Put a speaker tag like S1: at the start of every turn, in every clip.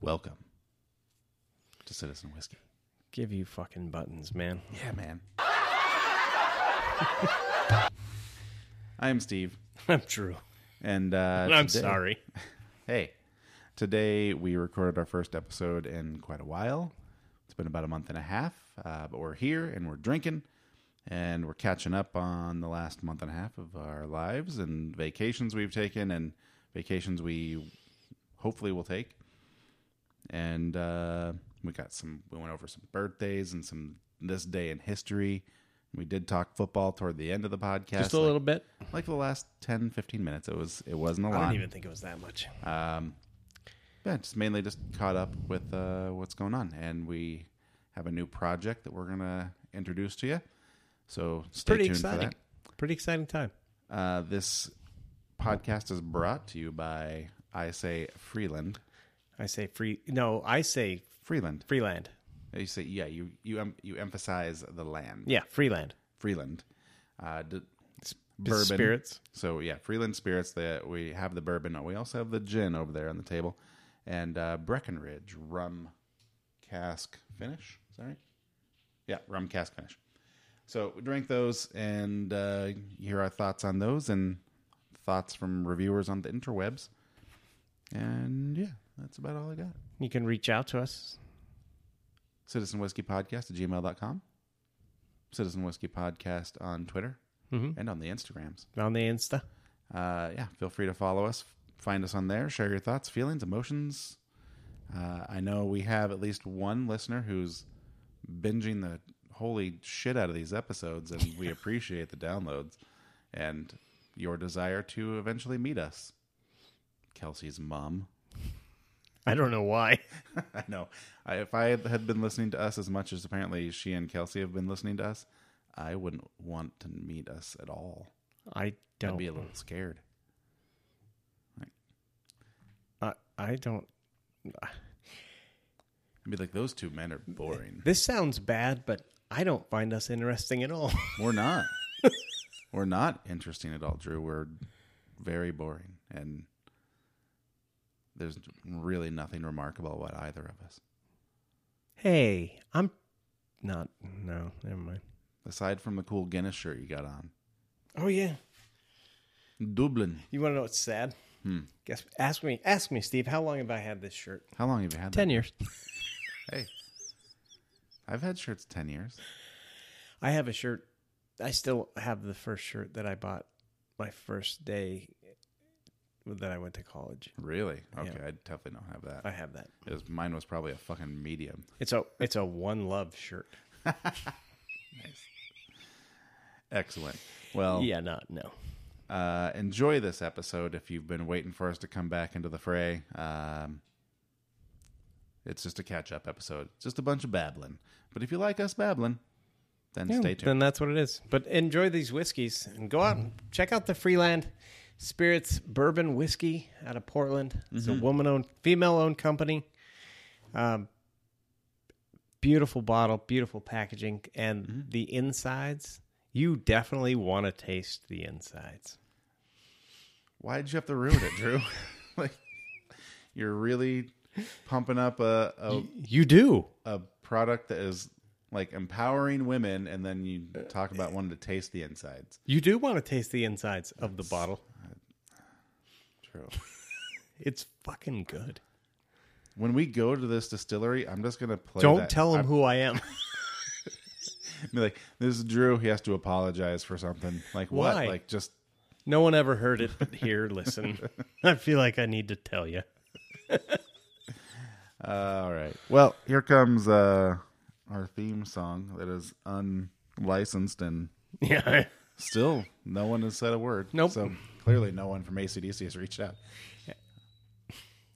S1: Welcome to Citizen Whiskey.
S2: Give you fucking buttons, man.
S1: Yeah, man. I am Steve,
S2: I'm Drew.
S1: and uh,
S2: I'm
S1: today-
S2: sorry.
S1: Hey, today we recorded our first episode in quite a while. It's been about a month and a half, uh, but we're here and we're drinking and we're catching up on the last month and a half of our lives and vacations we've taken and vacations we hopefully will take. And uh, we got some, we went over some birthdays and some this day in history. We did talk football toward the end of the podcast,
S2: Just a
S1: like,
S2: little bit.
S1: like the last 10, 15 minutes. It was, it wasn't a lot.
S2: I don't even think it was that much.
S1: Um, yeah, just mainly just caught up with uh, what's going on, and we have a new project that we're gonna introduce to you. So stay
S2: Pretty
S1: tuned
S2: exciting.
S1: for
S2: Pretty exciting time.
S1: that. Uh, this podcast is brought to you by I say Freeland.
S2: I say free. No, I say
S1: Freeland.
S2: Freeland.
S1: You say yeah. You you em- you emphasize the land.
S2: Yeah, Freeland.
S1: Freeland. Uh, d-
S2: Bourbon. Spirits.
S1: So yeah, Freeland Spirits. That we have the bourbon. We also have the gin over there on the table, and uh, Breckenridge rum cask finish. Is that right? Yeah, rum cask finish. So we drank those and uh, hear our thoughts on those and thoughts from reviewers on the interwebs. And yeah, that's about all I got.
S2: You can reach out to us.
S1: Citizen Whiskey Podcast at gmail.com. Citizen Whiskey Podcast on Twitter and on the Instagrams.
S2: on the Insta.
S1: uh, yeah, feel free to follow us. Find us on there. Share your thoughts, feelings, emotions. Uh, I know we have at least one listener who's binging the holy shit out of these episodes, and we appreciate the downloads and your desire to eventually meet us. Kelsey's mom.
S2: I don't know why.
S1: I know. I, if I had been listening to us as much as apparently she and Kelsey have been listening to us, I wouldn't want to meet us at all.
S2: I
S1: I'd
S2: don't.
S1: be a little scared.
S2: I, I don't.
S1: I'd be like, those two men are boring.
S2: This sounds bad, but I don't find us interesting at all.
S1: We're not. We're not interesting at all, Drew. We're very boring, and there's really nothing remarkable about either of us.
S2: hey, I'm not. No, never mind.
S1: Aside from the cool Guinness shirt you got on,
S2: Oh yeah.
S1: Dublin.
S2: You want to know what's sad? Guess ask me, ask me, Steve. How long have I had this shirt?
S1: How long have you had?
S2: years.
S1: That? Hey, I've had shirts ten years.
S2: I have a shirt. I still have the first shirt that I bought my first day that I went to college.
S1: Really? Okay, I definitely don't have that.
S2: I have that.
S1: It was, mine was probably a fucking medium.
S2: It's a it's a one love shirt.
S1: Excellent. Well,
S2: Yeah, not no.
S1: uh, enjoy this episode if you've been waiting for us to come back into the fray. Um, it's just a catch up episode, It's just a bunch of babbling. But if you like us babbling, then stay tuned.
S2: Then that's what it is. But enjoy these whiskeys and go out and check out the Freeland Spirits Bourbon Whiskey out of Portland. It's
S1: Mm-hmm.
S2: a woman owned, female owned company. Um, beautiful bottle, beautiful packaging, and
S1: Mm-hmm.
S2: the insides. You definitely want to taste the insides.
S1: Why did you have to ruin it, Drew? like, you're really pumping up a, a,
S2: You do.
S1: a product that is like empowering women, and then you
S2: Uh,
S1: talk
S2: eh.
S1: about wanting to taste the insides.
S2: You do want to taste the insides of the bottle.
S1: True.
S2: It's fucking good.
S1: When we go to this distillery, I'm just gonna play.
S2: Don't
S1: that.
S2: tell them who I am.
S1: Be like, this is Drew. He has to apologize for something. Like what?
S2: Why?
S1: Like just
S2: No one ever heard it, but here, listen. I feel like I need to tell you.
S1: uh, all right. Well, here comes uh, our theme song that is unlicensed and
S2: Yeah.
S1: still no one has said a word.
S2: Nope.
S1: So clearly, no one from ACDC has reached out.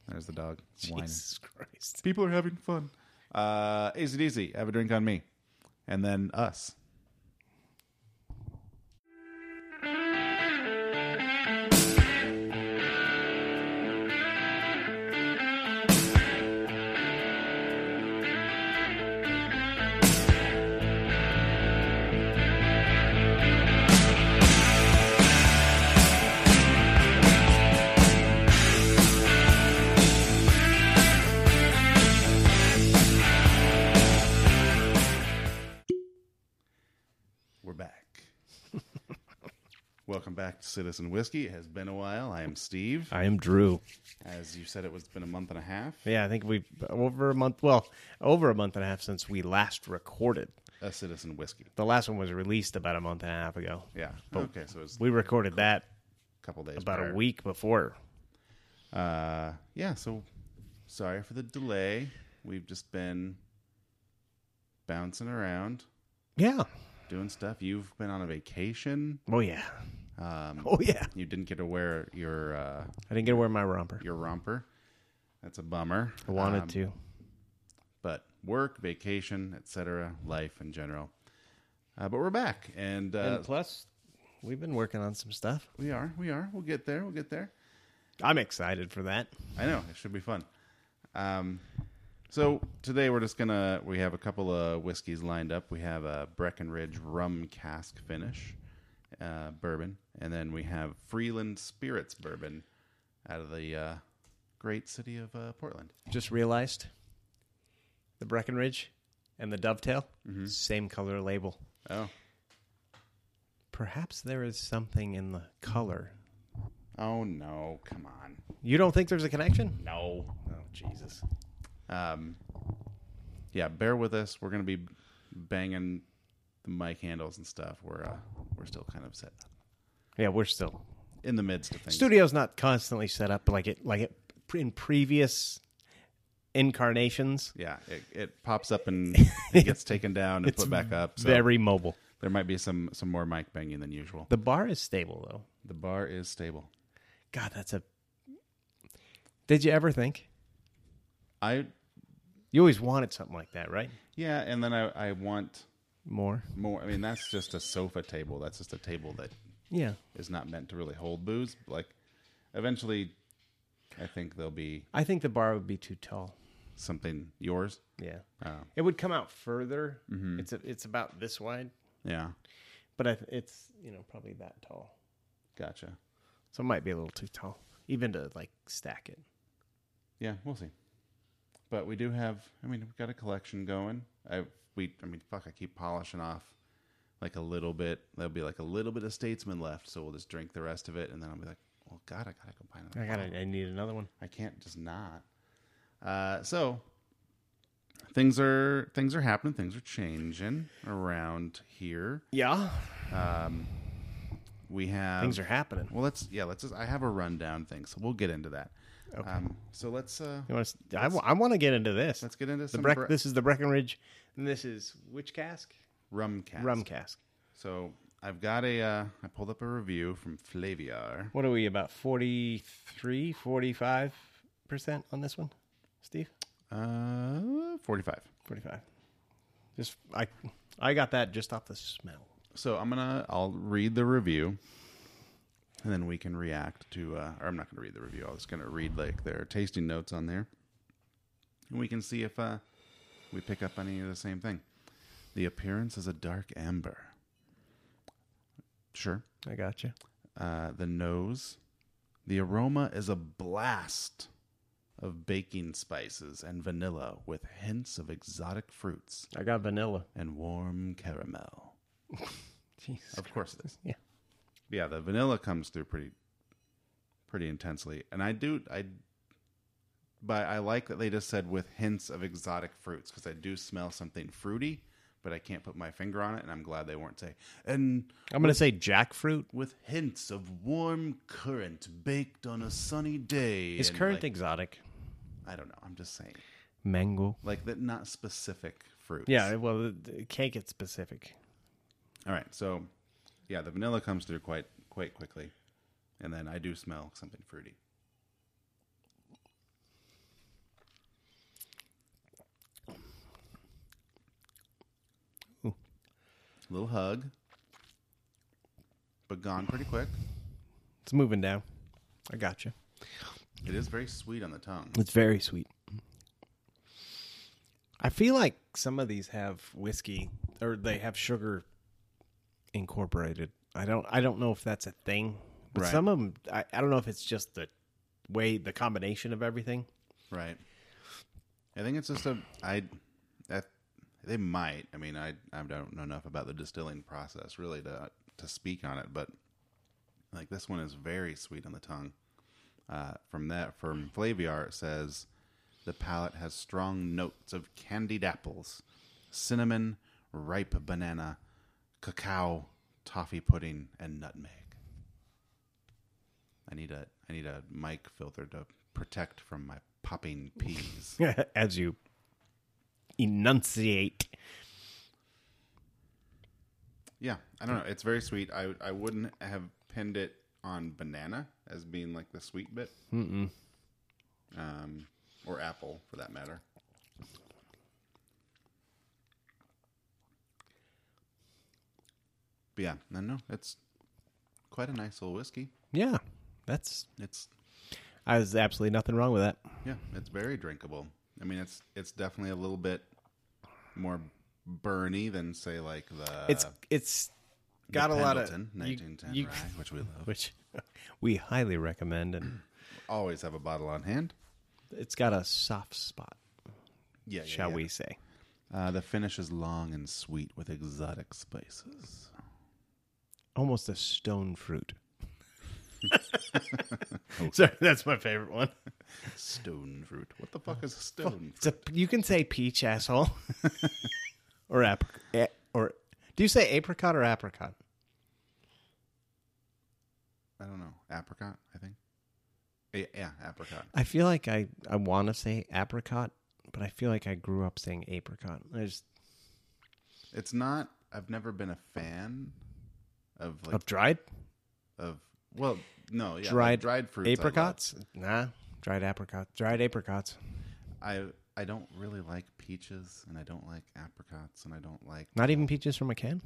S1: There's the dog whining.
S2: Jesus Christ.
S1: People are having fun. Uh, ACDC, have a drink on me, and then us. Welcome back to Citizen Whiskey. It has been a while. I am Steve.
S2: I am Drew.
S1: As you said, it was been a month and a half.
S2: Yeah, I think we've over a month. Well, over a month and a half since we last recorded.
S1: A Citizen Whiskey.
S2: The last one was released about a month and a half ago.
S1: Yeah. Okay, so it was
S2: We recorded that
S1: a couple days.
S2: Oh. about
S1: prior.
S2: a week before.
S1: Uh, yeah. So sorry for the delay. We've just been bouncing around,
S2: Yeah.
S1: doing stuff. You've been on a vacation.
S2: Oh yeah.
S1: Um,
S2: Oh yeah.
S1: you didn't get to wear your uh,
S2: I didn't get to wear my romper.
S1: your romper. That's a bummer.
S2: I wanted
S1: Um,
S2: to.
S1: but work, vacation, etc., life in general. Uh, but we're back, and, uh,
S2: And plus, we've been working on some stuff.
S1: we are, we are, we'll get there, we'll get there.
S2: I'm excited for that.
S1: I know it should be fun. Um, so today we're just gonna we have a couple of whiskeys lined up. We have a Breckenridge rum cask finish uh, bourbon, and then we have Freeland Spirits bourbon out of the uh, great city of uh, Portland.
S2: Just realized the Breckenridge and the Dovetail, same color label.
S1: Oh,
S2: Perhaps there is something in the color.
S1: oh no, come on,
S2: You don't think there's a connection?
S1: no.
S2: Oh, Jesus.
S1: Um, yeah, bear with us. We're gonna be banging the mic handles and stuff. We're uh, we're still kind of set up
S2: Yeah, we're still.
S1: in the midst of things.
S2: Studio's not constantly set up like it like it in previous incarnations.
S1: yeah, it, it pops up and it gets taken down and put back up. So
S2: Very mobile.
S1: there might be some some more mic banging than usual.
S2: The bar is stable though.
S1: The bar is stable.
S2: God, that's a Did you ever think?
S1: I
S2: You always wanted something like that, right?
S1: yeah, and then I I want
S2: More.
S1: more. I mean, that's just a sofa table. That's just a table that
S2: Yeah.
S1: is not meant to really hold booze. Like, eventually, I think there'll be
S2: I think the bar would be too tall.
S1: something yours.
S2: Yeah.
S1: Oh.
S2: It would come out further. It's a, it's about this wide,
S1: Yeah,
S2: but I, it's, you know, probably that tall.
S1: gotcha.
S2: So it might be a little too tall even to like stack it.
S1: Yeah, we'll see. But we do have. I mean, we've got a collection going. I we. I mean, fuck. I keep polishing off like a little bit. There'll be like a little bit of Statesman left, so we'll just drink the rest of it, and then I'll be like, well, God, I gotta go buy another.
S2: I got to I need another one.
S1: I can't just not. Uh, so things are things are happening. Things are changing around here.
S2: Yeah.
S1: We have
S2: Things are happening.
S1: Well, let's yeah. Let's just. I have a rundown thing, so we'll get into that. Okay. Um, so let's uh,
S2: You want to, I, want to get into this.
S1: let's get into
S2: the
S1: some
S2: Breck,
S1: Bre-
S2: this is the Breckenridge, and this is which cask?
S1: rum cast.
S2: Rum cask.
S1: So I've got a, uh, I pulled up a review from Flaviar.
S2: What are we about 43, 45 percent on this one, Steve?
S1: Uh, 45.
S2: Forty-five. Just I, I got that just off the smell.
S1: So I'm going to, I'll read the review and then we can react to, uh, or I'm not going to read the review. I'm just going to read like their tasting notes on there. And we can see if uh, we pick up any of the same thing. The appearance is a dark amber. Sure.
S2: I got you.
S1: uh, the nose. The aroma is a blast of baking spices and vanilla with hints of exotic fruits
S2: I got vanilla.
S1: and warm caramel.
S2: Jeez.
S1: Of course it is.
S2: Yeah.
S1: Yeah, the vanilla comes through pretty pretty intensely. And I do I but I like that they just said with hints of exotic fruits because I do smell something fruity, but I can't put my finger on it and I'm glad they weren't saying and
S2: I'm gonna say jackfruit.
S1: with hints of warm currant baked on a sunny day.
S2: Is
S1: and,
S2: current
S1: like,
S2: exotic?
S1: I don't know. I'm just saying,
S2: Mango.
S1: like that, not specific fruits.
S2: Yeah. Well, it- it can't get specific.
S1: All right. So, yeah, the vanilla comes through quite quite quickly, and then I do smell something fruity.
S2: Ooh.
S1: Little hug, but gone pretty quick.
S2: It's moving down. I got you.
S1: It is very sweet on the tongue.
S2: It's very sweet. I feel like some of these have whiskey or they have sugar incorporated. I don't I don't know if that's a thing. But
S1: Right.
S2: some of them I, I don't know if it's just the way the combination of everything.
S1: Right. I think it's just a I that they might. I mean, I I don't know enough about the distilling process really to to speak on it, but Like this one is very sweet on the tongue. Uh, from that, from Flaviar, it says the palate has strong notes of candied apples, cinnamon, ripe banana, cacao, toffee pudding, and nutmeg. I need a I need a mic filter to protect from my popping peas.
S2: As you enunciate.
S1: Yeah, I don't know. It's very sweet. I I wouldn't have pinned it on banana as being like the sweet bit, Mm-mm. um, or apple for that matter. But yeah, no, no, it's quite a nice little whiskey.
S2: Yeah, that's.
S1: It's
S2: I was absolutely nothing wrong with that.
S1: yeah, it's very drinkable. I mean, it's it's definitely a little bit more burny than say like the
S2: It's it's
S1: Uh, the
S2: got a lot of
S1: Pendleton
S2: you-
S1: 1910
S2: you-
S1: rye, which we love.
S2: which we highly recommend, and
S1: Always have a bottle on hand.
S2: it's got a soft spot,
S1: Yeah, yeah,
S2: shall
S1: yeah.
S2: we say?
S1: Uh, the finish is long and sweet with exotic spices.
S2: Almost a stone fruit. Sorry, that's my favorite one.
S1: Stone fruit. What the fuck is a stone?
S2: It's a, you can say peach, asshole, or apricot, or do you say apricot or apricot?
S1: I don't know. Apricot, I think. Yeah, yeah apricot.
S2: I feel like I I want to say apricot, but I feel like I grew up saying apricot. I just
S1: It's not. I've never been a fan of like
S2: of dried
S1: of. Well, no, yeah,
S2: dried
S1: like dried fruits. I love.
S2: apricots. Nah, dried apricot, dried apricots.
S1: I I don't really like peaches, and I don't like apricots, and I don't like
S2: Not even peaches from a can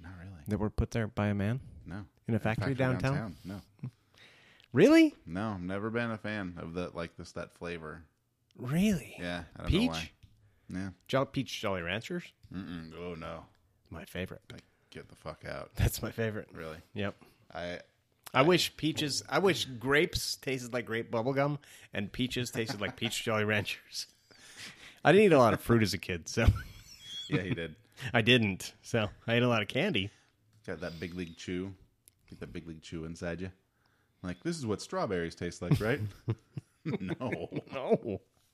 S1: not really.
S2: that were put there by a man
S1: No,
S2: in a factory, downtown.
S1: No,
S2: Really,
S1: no, I've never been a fan of the like this that flavor.
S2: really.
S1: Yeah, I don't know why.
S2: Peach,
S1: Yeah.
S2: Jol- peach Jolly Ranchers,
S1: Mm-mm. Oh no.
S2: my favorite.
S1: Like, get the fuck out.
S2: That's my favorite.
S1: Really.
S2: Yep.
S1: I
S2: I wish peaches. I wish grapes tasted like grape bubblegum, and peaches tasted like peach Jolly Ranchers. I didn't eat a lot of fruit as a kid, so
S1: yeah, he did.
S2: I didn't. So I ate a lot of candy.
S1: Got that big league chew. Get that big league chew inside you. Like this is what strawberries taste like, right? no.
S2: No.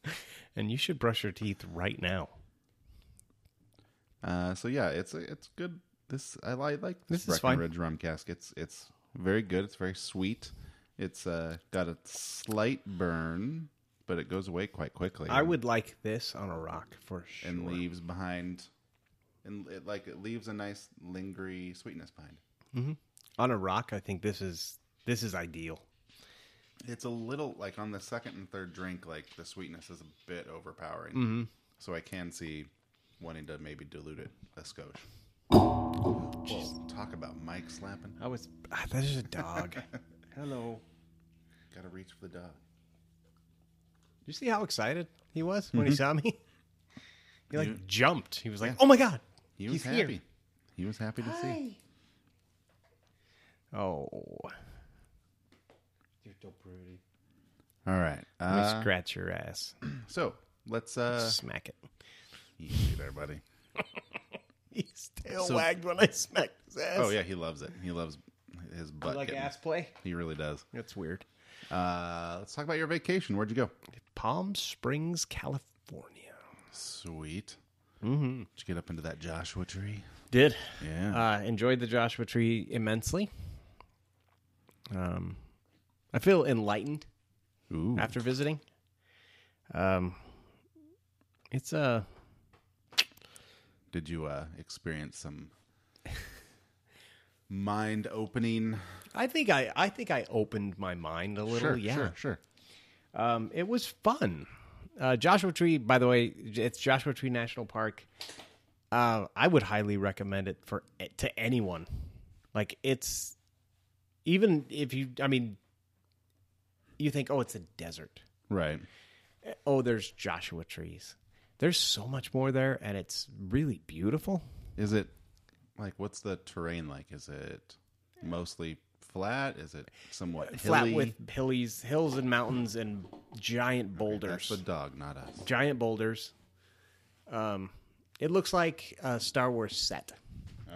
S2: Oh. And you should brush your teeth right now.
S1: Uh, so yeah, it's it's good. This I like. like this,
S2: This is fine.
S1: Breckenridge rum cask. It's it's very good. It's very sweet. It's uh, got a slight burn, but it goes away quite quickly.
S2: I would like this on a rock for sure.
S1: and leaves behind, and it like it leaves a nice lingering sweetness behind.
S2: on a rock, I think this is this is ideal.
S1: It's a little like on the second and third drink, like the sweetness is a bit overpowering.
S2: Mm-hmm.
S1: So I can see wanting to maybe dilute it a skosh. Well, talk about mic slapping.
S2: I was ah, there's a dog. Hello.
S1: Gotta reach for the dog.
S2: Did you see how excited he was when he saw me? He like
S1: You-
S2: jumped. He was like,
S1: Yeah.
S2: "Oh my god!"
S1: He was
S2: He's
S1: happy.
S2: here.
S1: He was happy to see.
S2: Oh, you're so pretty.
S1: All right.
S2: Let me
S1: Uh,
S2: scratch your ass,
S1: so let's uh
S2: smack it.
S1: you see there, buddy.
S2: His tail
S1: so-
S2: wagged when I smacked his ass.
S1: Oh yeah, he loves it. He loves his butt.
S2: like
S1: getting-
S2: ass play.
S1: He really does.
S2: That's weird.
S1: Uh let's talk about your vacation. Where'd you go?
S2: Palm Springs, California.
S1: Sweet. Mm-hmm. Did you get up into that Joshua tree?
S2: Did
S1: Yeah.
S2: uh, enjoyed the Joshua Tree immensely. Um, I feel enlightened
S1: Ooh.
S2: after visiting. Um, it's uh, a
S1: Did you uh, experience some mind opening?
S2: I think I I think I opened my mind a little. yeah,
S1: sure, sure.
S2: Um, it was fun. Uh, Joshua Tree, by the way, it's Joshua Tree National Park. Uh, I would highly recommend it for eh, to anyone. Like it's even if you, I mean, you think, oh, it's a desert.
S1: Right.
S2: Oh, there's Joshua trees. There's so much more there, and it's really beautiful.
S1: Is it like what's the terrain like? Is it mostly flat? Is it somewhat hilly?
S2: Flat with hillies, hills and mountains, and giant
S1: That's
S2: boulders.
S1: the dog, not us.
S2: giant boulders. Um, it looks like a Star Wars set.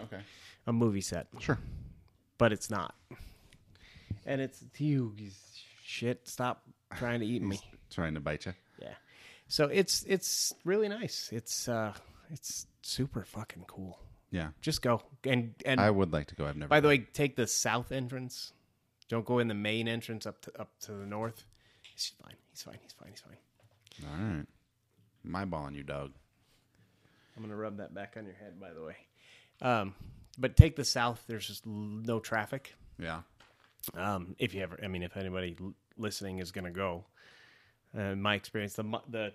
S1: Okay.
S2: a movie set,
S1: Sure.
S2: but it's not. and it's you shit. Stop trying to eat me.
S1: Trying to bite you.
S2: Yeah. So it's it's really nice. It's uh it's super fucking cool.
S1: Yeah.
S2: Just go and and
S1: I would like to go. I've never.
S2: by the way, take the south entrance. Don't go in the main entrance up to up to the north. He's fine. He's fine. He's fine. He's fine.
S1: All right. My ball on you, dog.
S2: I'm gonna rub that back on your head. By the way, um, but take the south. There's just l- no traffic.
S1: Yeah.
S2: Um, if you ever, I mean, if anybody l- listening is gonna go, uh, in my experience, the mu- the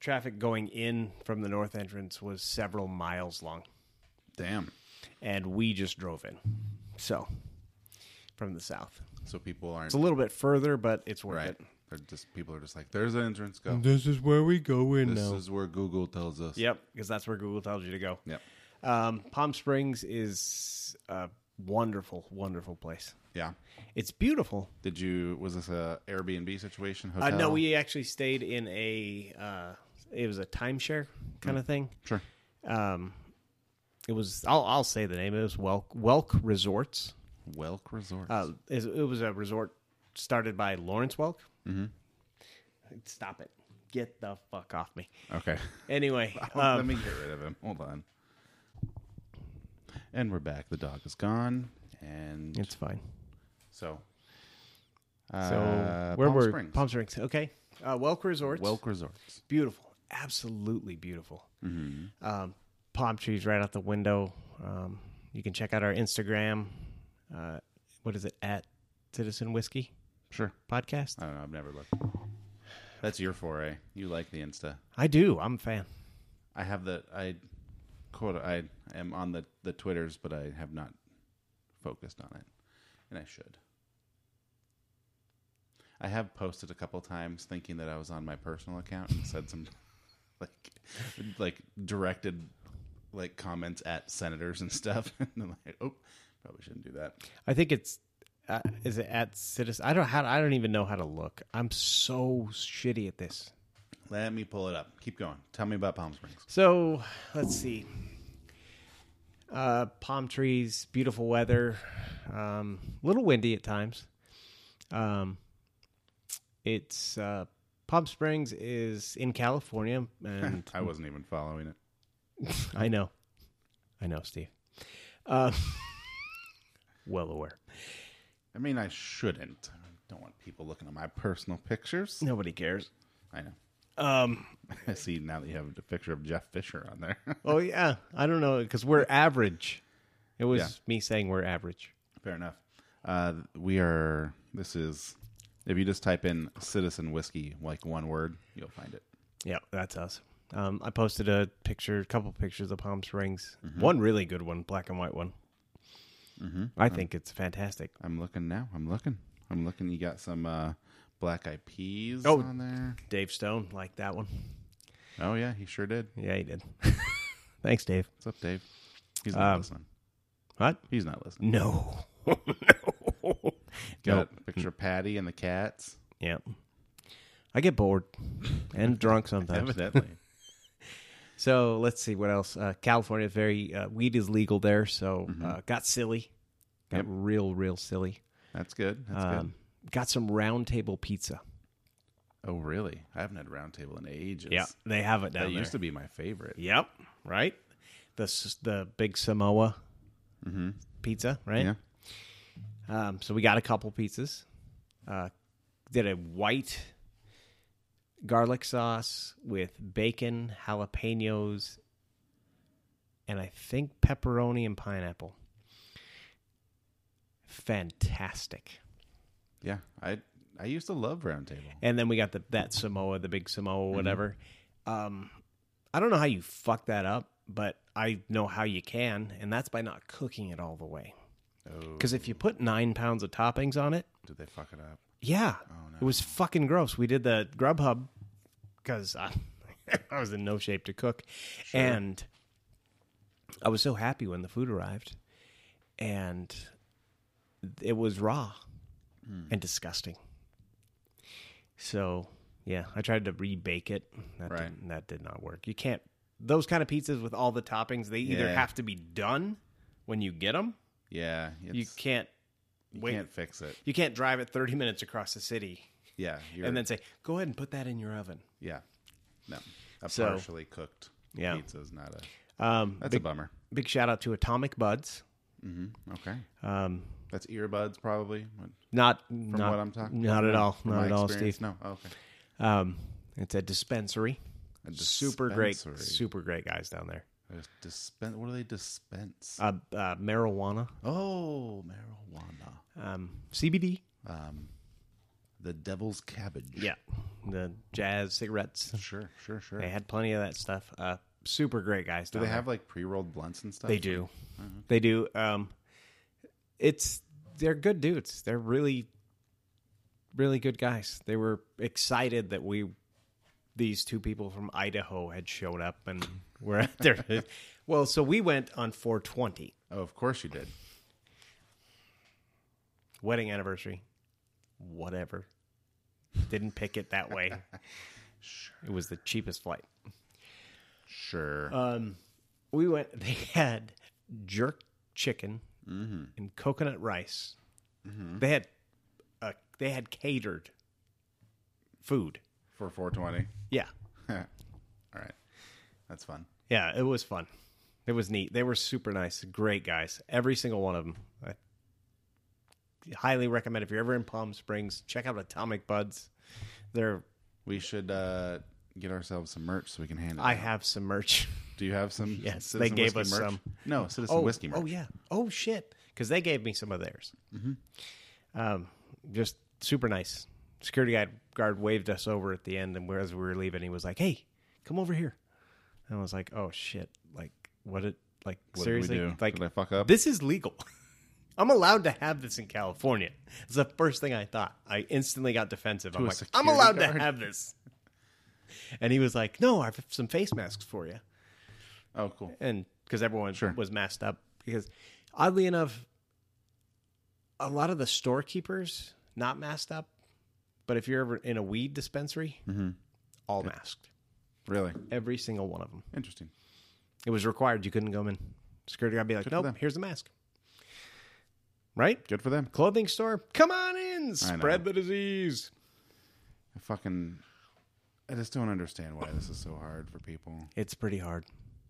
S2: traffic going in from the north entrance was several miles long.
S1: Damn.
S2: and we just drove in. So from the south,
S1: So people aren't
S2: it's a little bit further, but it's worth
S1: right.
S2: it.
S1: They're just people are just like, there's an entrance. Go.
S2: This is where we go in
S1: This is where Google tells us.
S2: Yep, because that's where Google tells you to go.
S1: Yep.
S2: Um, Palm Springs is a wonderful, wonderful place.
S1: Yeah.
S2: It's beautiful.
S1: Did you? Was this a Airbnb situation?
S2: Uh,
S1: Hotel?
S2: no, we actually stayed in a. Uh, it was a timeshare kind
S1: Hmm.
S2: of thing.
S1: Sure.
S2: Um, it was. I'll, I'll say the name. It was Welk Welk Resorts.
S1: Welk Resorts.
S2: Uh, is- it was a resort started by Lawrence Welk. Mm-hmm. Stop it! Get the fuck off me.
S1: okay.
S2: Anyway,
S1: Let
S2: um,
S1: me get rid of him. Hold on. And we're back. The dog is gone. And
S2: it's fine.
S1: so.
S2: So
S1: uh,
S2: where
S1: Palm
S2: were
S1: Springs.
S2: Palm Springs? Okay, uh, Welk Resorts.
S1: Welk Resorts. Mm-hmm.
S2: beautiful, absolutely beautiful. Um, palm trees right out the window. Um, you can check out our Instagram. Uh, what is it at Citizen Whiskey
S1: Sure.
S2: Podcast?
S1: I don't know. I've never looked. That's your foray. You like the Insta.
S2: I do. I'm a fan.
S1: I have the I quote I am on the the Twitters, but I have not focused on it, and I should. I have posted a couple times thinking that I was on my personal account and said some like like directed like comments at senators and stuff, and I'm like, oh, probably shouldn't do that.
S2: I think it's uh, is it at citizen. I don't how I don't even know how to look. I'm so shitty at this.
S1: Let me pull it up. Keep going. Tell me about Palm Springs.
S2: So let's see. Uh, palm trees, beautiful weather, um, little windy at times. Um, it's uh, Palm Springs is in California, and
S1: I wasn't even following it.
S2: I know. I know, Steve. Uh, well aware.
S1: I mean, I shouldn't. I don't want people looking at my personal pictures.
S2: Nobody cares.
S1: I know.
S2: Um,
S1: I see now that you have a picture of Jeff Fisher on there.
S2: Oh yeah, I don't know because we're average. It was
S1: Yeah.
S2: me saying we're average.
S1: Fair enough. Uh, we are. This is. If you just type in "citizen whiskey" like one word, you'll find it.
S2: Yeah, that's us. Um, I posted a picture, a couple pictures of Palm Springs.
S1: Mm-hmm.
S2: One really good one, black and white one. I think it's fantastic.
S1: I'm looking now. I'm looking. I'm looking. You got some uh, black eyed peas
S2: Oh.
S1: on there.
S2: Dave Stone liked that one.
S1: Oh yeah, he sure did.
S2: Yeah, he did. Thanks, Dave.
S1: What's up, Dave? He's not
S2: Um,
S1: listening.
S2: What?
S1: He's not listening.
S2: No. no.
S1: Got
S2: Nope.
S1: a picture of Patty and the cats.
S2: Yeah. I get bored and drunk sometimes.
S1: Evidently,
S2: So let's see what else. Uh, California is very uh, weed is legal there, so uh, got silly, got
S1: Mm-hmm. Yep.
S2: real, real silly.
S1: that's good. That's
S2: Um, got some round table pizza.
S1: good. Oh really? I haven't had a round table in ages.
S2: they have it
S1: that
S2: down there.
S1: used to be my favorite.
S2: Yep, right. The s- the big Samoa pizza, right?
S1: Yeah.
S2: Um, so we got a couple pizzas. Uh, did a white garlic sauce with bacon, jalapenos, and I think pepperoni and pineapple. Fantastic.
S1: Yeah, I I used to love round table.
S2: And then we got the that Samoa, the big Samoa, whatever. Um, I don't know how you fuck that up, but I know how you can, and that's by not cooking it all the way.
S1: Oh,
S2: Because if you put nine pounds of toppings on it,
S1: did they fuck it up?
S2: Yeah.
S1: Oh, no.
S2: It was fucking gross. We did the Grubhub because I, I was in no shape to cook. And I was so happy when the food arrived. And it was raw
S1: Hmm.
S2: and disgusting. So, yeah, I tried to rebake it. That,
S1: Right.
S2: did, that did not work. You can't, those kind of pizzas with all the toppings, they either
S1: Yeah.
S2: have to be done when you get them,
S1: Yeah, it's,
S2: you can't
S1: You
S2: Wait.
S1: can't fix it.
S2: You can't drive it 30 minutes across the city
S1: Yeah. You're,
S2: and then say, "Go ahead and put that in your oven."
S1: yeah. No. A
S2: So-
S1: partially cooked
S2: Yeah.
S1: pizza is not a.
S2: Um,
S1: That's
S2: big,
S1: a bummer.
S2: big shout out to Atomic Buds.
S1: Mm-hmm, Okay.
S2: Um,
S1: That's earbuds, probably. What-
S2: not
S1: From
S2: not,
S1: what I'm talking.
S2: Not
S1: from
S2: at
S1: my-
S2: all.
S1: from
S2: Not
S1: my
S2: at all,
S1: experience?
S2: Steve.
S1: No. Oh, okay.
S2: Um, it's a dispensary.
S1: A
S2: Super great,
S1: dispensary.
S2: super great guys down there.
S1: There's dispen- What do they dispense?
S2: Uh, uh, marijuana,
S1: oh, marijuana.
S2: um, CBD.
S1: Um, the devil's cabbage.
S2: Yeah, the jazz cigarettes.
S1: Sure. Sure. Sure.
S2: They had plenty of that stuff. Uh, super great guys.
S1: do
S2: down
S1: they
S2: there.
S1: have like pre-rolled blunts and stuff?
S2: They do. They do. Um, it's they're good dudes. They're really, really good guys. They were excited that we, these two people from Idaho, had showed up and were at their. well, so we went on 420
S1: Oh, of course you did.
S2: wedding anniversary, whatever. Didn't pick it that way. It was the cheapest flight.
S1: Sure.
S2: Um, we went. They had jerk chicken and coconut rice. They had, uh, they had catered food.
S1: for 420.
S2: Yeah,
S1: All right. That's fun.
S2: yeah, it was fun. It was neat. They were super nice, great guys. Every single one of them. I highly recommend if you're ever in Palm Springs, check out Atomic Buds. They're
S1: We should uh, get ourselves some merch so we can hand it.
S2: I
S1: out.
S2: have some merch.
S1: Do you have some?
S2: Yes,
S1: Citizen
S2: they gave
S1: Whiskey
S2: us
S1: merch?
S2: some.
S1: No, Citizen Whiskey merch. Mm-hmm.
S2: Oh yeah. Oh shit. Because they gave me some of theirs. Um, just super nice. Security guard guard waved us over at the end, and as we were leaving, he was like, "Hey, come over here." And I was like, "Oh shit! Like what? It like
S1: What did we
S2: seriously?
S1: do?
S2: Like
S1: Did I fuck up?
S2: This is legal. I'm allowed to have this in California. It's the first thing I thought. I instantly got defensive.
S1: a
S2: I'm like, I'm
S1: security
S2: allowed
S1: guard?
S2: to have this. And he was like, "No, I have some face masks for you."
S1: Oh, cool.
S2: and because everyone was masked up because oddly enough a lot of the storekeepers not masked up but if you're ever in a weed dispensary all masked
S1: Really
S2: every single one of them
S1: interesting.
S2: it was required you couldn't go in security guard be like nope
S1: them.
S2: here's the mask right
S1: Good for them.
S2: clothing store come on in spread the disease
S1: I fucking. I just don't understand why this is so hard for people.
S2: it's pretty hard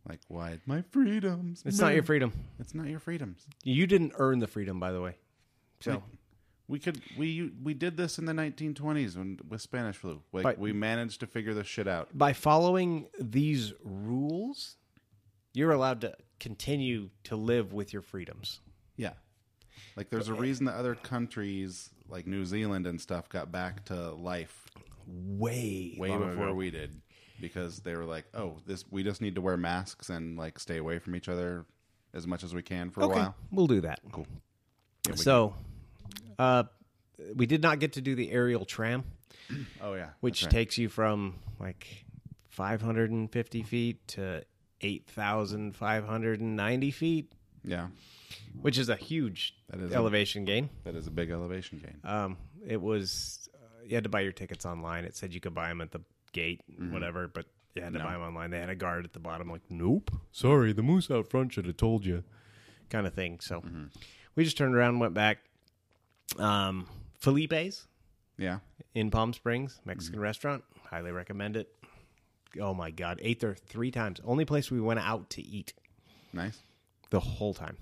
S1: Like, why my freedoms?
S2: it's not your freedom
S1: It's not your freedoms.
S2: you didn't earn the freedom by the way so
S1: We could we we did this in the 1920s when with Spanish flu. Like
S2: But-
S1: we managed to figure this shit out.
S2: by following these rules, you're allowed to continue to live with your freedoms.
S1: Yeah. Like there's a reason that other countries like New Zealand and stuff got back to life
S2: Way,
S1: way
S2: long
S1: before
S2: ago.
S1: we did because they were like, "Oh, this we just need to wear masks and like stay away from each other as much as we can for a
S2: Okay,
S1: while."
S2: we'll do that. Cool. so, uh, we did not get to do the aerial tram,
S1: Oh yeah.
S2: which
S1: That's right.
S2: takes you from like 550 feet to 8,590 feet,
S1: Yeah.
S2: which is a huge
S1: That is a-
S2: elevation gain.
S1: That is a big elevation gain.
S2: Um, it was uh, you had to buy your tickets online. It said you could buy them at the gate, whatever, but you had to buy 'em buy them online. They had a guard at the bottom, like, nope, sorry, the moose out front should have told you, kind of thing. So we just turned around, and went back. Um, Felipe's
S1: yeah.
S2: in Palm Springs, Mexican restaurant. Highly recommend it. Oh my god, ate there three times. Only place we went out to eat
S1: Nice.
S2: the whole time.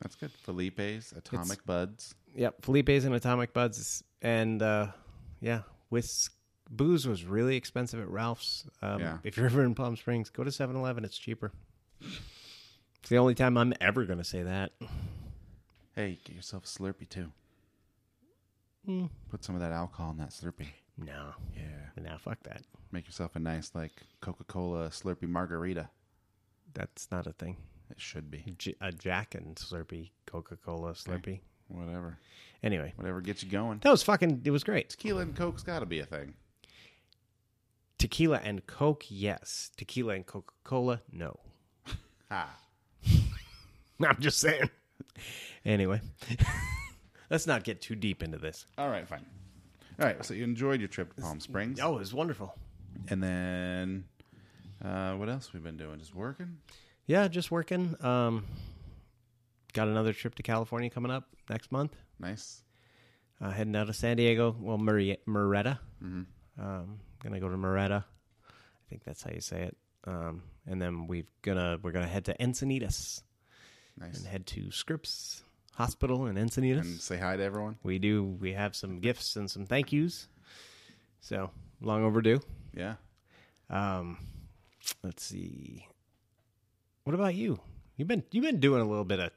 S1: That's good. Felipe's Atomic Buds.
S2: Yep, Felipe's and Atomic Buds, and uh, yeah, whisk booze was really expensive at Ralph's. Um,
S1: Yeah.
S2: If you're ever in Palm Springs, go to 7-Eleven; it's cheaper. It's the only time I'm ever going to say that.
S1: Hey, get yourself a Slurpee too. Put some of that alcohol in that Slurpee.
S2: No,
S1: Mm. Yeah.
S2: no, fuck that.
S1: Make yourself a nice like Coca-Cola Slurpee margarita.
S2: That's not a thing.
S1: It should be.
S2: J- a Jack and Slurpee, Coca Cola Slurpee.
S1: Whatever.
S2: Anyway,
S1: Whatever gets you going.
S2: that was fucking. It was great.
S1: Tequila and Coke's got to be a thing.
S2: Tequila and Coke, yes. Tequila and Coca Cola, no.
S1: Ha.
S2: I'm just saying. Anyway, let's not get too deep into this.
S1: All right, fine. All right, so you enjoyed your trip to Palm Springs,
S2: Oh, it was wonderful.
S1: and then uh, what else we've been doing? Just working.
S2: Yeah, just working. Um, got another trip to California coming up next month.
S1: Nice.
S2: Uh, heading out of San Diego. Well, Murri- Moretta. Um, gonna go to Moretta. I think that's how you say it. Um, and then we've gonna we're gonna head to Encinitas
S1: Nice.
S2: and head to Scripps Hospital in Encinitas.
S1: And say hi to everyone.
S2: we do. We have some gifts and some thank yous. So long overdue.
S1: Yeah.
S2: Um, let's see. What about you? You've been you've been doing a little bit of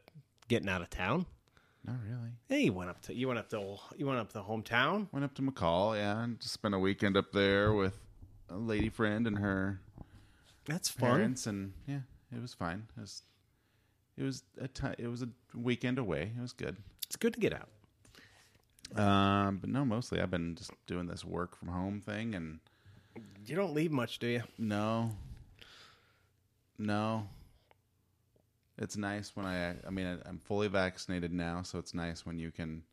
S2: getting out of town.
S1: Not really.
S2: Hey, you went up to you went up to you went up to hometown.
S1: Went up to McCall, yeah, and just spent a weekend up there with a lady friend and her
S2: That's fun.
S1: parents, and yeah, it was fine. It was, it was a ti it was a weekend away. It was good.
S2: It's good to get out.
S1: Um, but no, mostly I've been just doing this work from home thing, and
S2: You don't leave much, do you?
S1: no, no. It's nice when I, I mean, I- I'm fully vaccinated now, so it's nice when you can,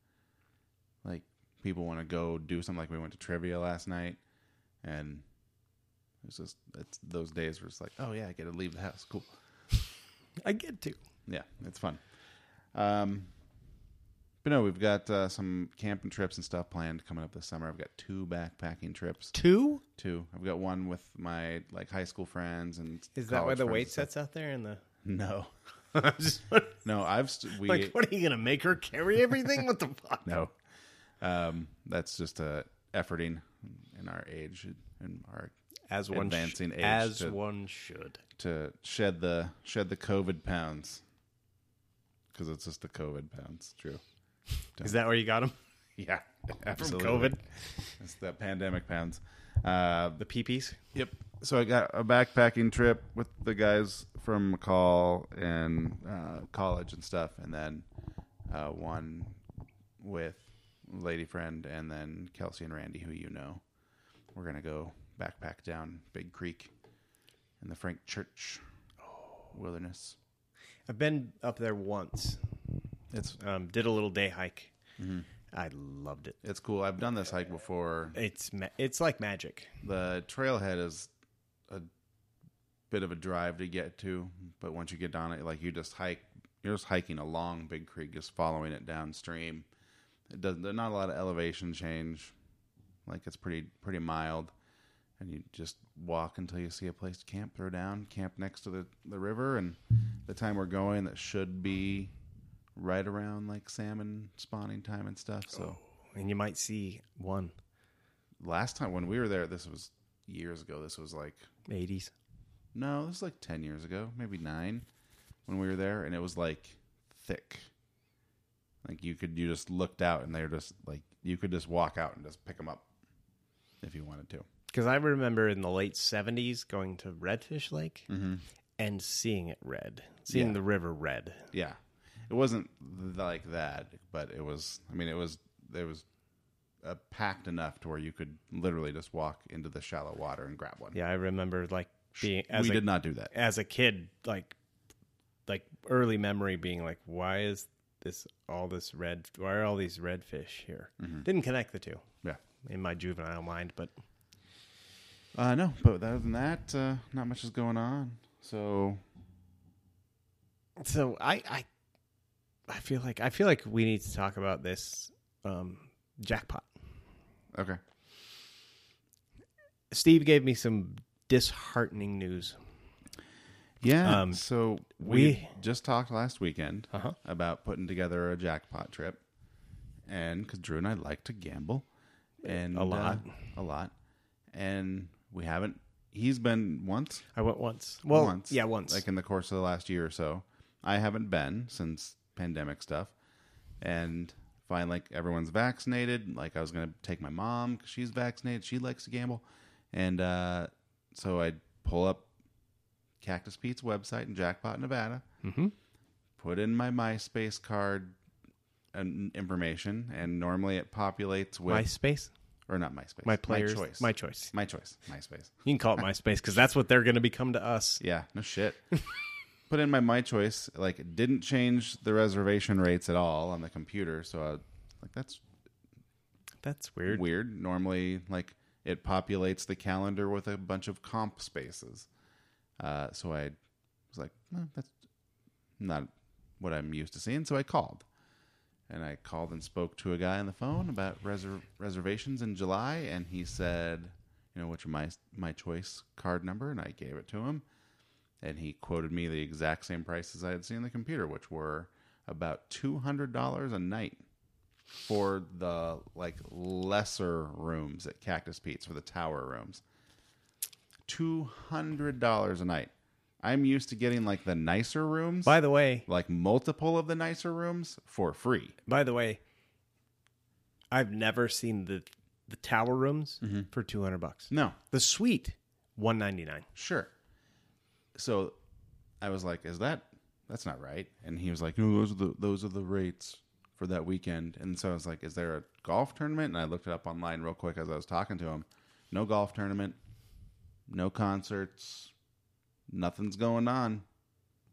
S1: like, people want to go do something. Like we went to trivia last night, and it was just it's those days where it's like, oh yeah, I get to leave the house. Cool.
S2: I get to.
S1: Yeah, it's fun. Um, but no, we've got uh, some camping trips and stuff planned coming up this summer. I've got two backpacking trips.
S2: Two?
S1: Two. I've got one with my like high school friends and
S2: Is that why
S1: college
S2: the
S1: friends
S2: wait
S1: and stuff.
S2: sets out there and the
S1: No,
S2: I'm just wondering,
S1: no. I've st- we
S2: like what are you gonna make her carry everything? what the fuck?
S1: no. Um, that's just uh, efforting in our age and our
S2: As
S1: one sh- Advancing age as to-
S2: one should.
S1: to shed the shed the COVID pounds because it's just the COVID pounds. True.
S2: Is that where you got him?
S1: Yeah,
S2: From
S1: absolutely.
S2: COVID?
S1: It's the pandemic pounds. Uh,
S2: The PPs?
S1: Yep. So I got a backpacking trip with the guys from McCall and uh, college and stuff, and then uh, one with lady friend, and then Kelsey and Randy, who you know. We're gonna go backpack down Big Creek in the Frank Church Wilderness.
S2: I've been up there once.
S1: It's Mm-hmm.
S2: Um, did a little day hike. I loved it.
S1: it's cool. I've done this hike before.
S2: It's ma- it's like magic.
S1: The trailhead is a bit of a drive to get to, but once you get down it, like you just hike, you're just hiking along Big Creek, just following it downstream. It does there's not a lot of elevation change, like it's pretty pretty mild, and you just walk until you see a place to camp. Throw down, camp next to the the river, and the time we're going that should be right around like salmon spawning time and stuff. So
S2: And you might see one
S1: last time when we were there, this was years ago. This was like
S2: 80s.
S1: No, this is like 10 years ago, maybe nine when we were there, and it was like thick. Like you could, you just looked out and they're just like, you could just walk out and just pick them up if you wanted to.
S2: Because I remember in the late 70s going to Redfish Lake and seeing it red, seeing
S1: Mm-hmm. Yeah.
S2: the river red.
S1: Yeah. It wasn't th- like that, but it was, I mean, it was, it was uh, packed enough to where you could literally just walk into the shallow water and grab one.
S2: Yeah, I remember like being as
S1: we
S2: a,
S1: did not do that.
S2: as a kid, like like early memory being like, why is this all this red? Why are all these red fish here? Didn't connect the two
S1: Mm-hmm. Yeah.
S2: in my juvenile mind, but
S1: Uh, no, but other than that, uh, not much is going on. So
S2: so I I I feel like I feel like we need to talk about this um, jackpot.
S1: okay,
S2: Steve gave me some disheartening news.
S1: Yeah.
S2: Um,
S1: so we,
S2: we-
S1: just talked last weekend
S2: Uh-huh.
S1: about putting together a jackpot trip, and because Drew and I like to gamble, and
S2: A lot.
S1: uh, a lot, and we haven't. He's been once,
S2: I went once. Well,
S1: once,
S2: yeah, once.
S1: like in the course of the last year or so. I haven't been since pandemic stuff, and fine. Like everyone's vaccinated. Like I was gonna take my mom 'cause she's vaccinated. She likes to gamble, and uh, so I pull up Cactus Pete's website in Jackpot, Nevada.
S2: Mhm.
S1: Put in my MySpace card and information, and normally it populates with
S2: MySpace,
S1: or not MySpace,
S2: my players,
S1: my choice,
S2: my choice.
S1: my choice, MySpace.
S2: You can call it MySpace because that's what they're going to become to us.
S1: Yeah, no shit. Put in my my choice. Like, it didn't change the reservation rates at all on the computer. So, I, like, that's
S2: That's weird.
S1: weird. Normally, like, it populates the calendar with a bunch of comp spaces. Uh, so I was like, "Eh, that's not what I'm used to seeing. So I called. And I called and spoke to a guy on the phone about reser- reservations in July. And he said, you know, what's your my, my choice card number? And I gave it to him. And he quoted me the exact same prices I had seen on the computer, which were about $200 a night for the like lesser rooms at Cactus Pete's for the tower rooms. Two hundred dollars a night. I'm used to getting like the nicer rooms,
S2: By the way,
S1: like multiple of the nicer rooms for free.
S2: by the way, I've never seen the the tower rooms
S1: Mm-hmm.
S2: for two hundred bucks.
S1: No,
S2: The suite, one ninety nine.
S1: sure. So I was like, "Is that that's not right?" And he was like, "No, those are the those are the rates for that weekend." And so I was like, "Is there a golf tournament?" And I looked it up online real quick as I was talking to him. No golf tournament, no concerts, nothing's going on.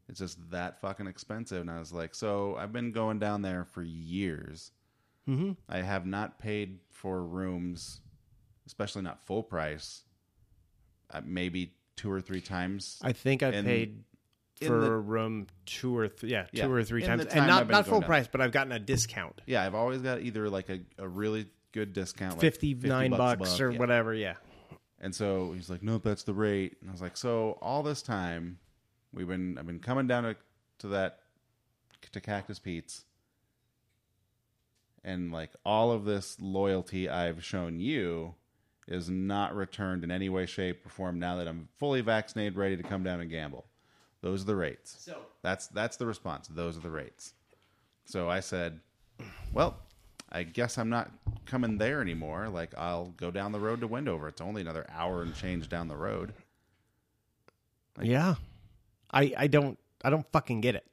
S1: It's just that fucking expensive. And I was like, "So I've been going down there for years.
S2: Mm-hmm.
S1: I have not paid for rooms, especially not full price, uh, maybe two or three times."
S2: I think I
S1: And
S2: paid
S1: in
S2: for
S1: the-
S2: a room two or th- yeah, two
S1: Yeah,
S2: or three
S1: in
S2: times,
S1: the
S2: and
S1: time I've
S2: not
S1: been
S2: not
S1: going
S2: full
S1: down.
S2: price, but I've gotten a discount,
S1: Yeah, I've always got either like a, a really good discount, like
S2: fifty nine
S1: 50
S2: bucks,
S1: above,
S2: or
S1: yeah.
S2: whatever. Yeah,
S1: And so he's like, "No, that's the rate." And I was like, "So all this time, we've been I've been coming down to to that to Cactus Pete's, and like all of this loyalty I've shown you is not returned in any way, shape, or form. Now that I'm fully vaccinated, ready to come down and gamble, those are the rates.
S2: So-
S1: that's that's the response. Those are the rates. So I said, well, I guess I'm not coming there anymore. Like I'll go down the road to Wendover. It's only another hour and change down the road.
S2: yeah. I I don't I don't fucking get it.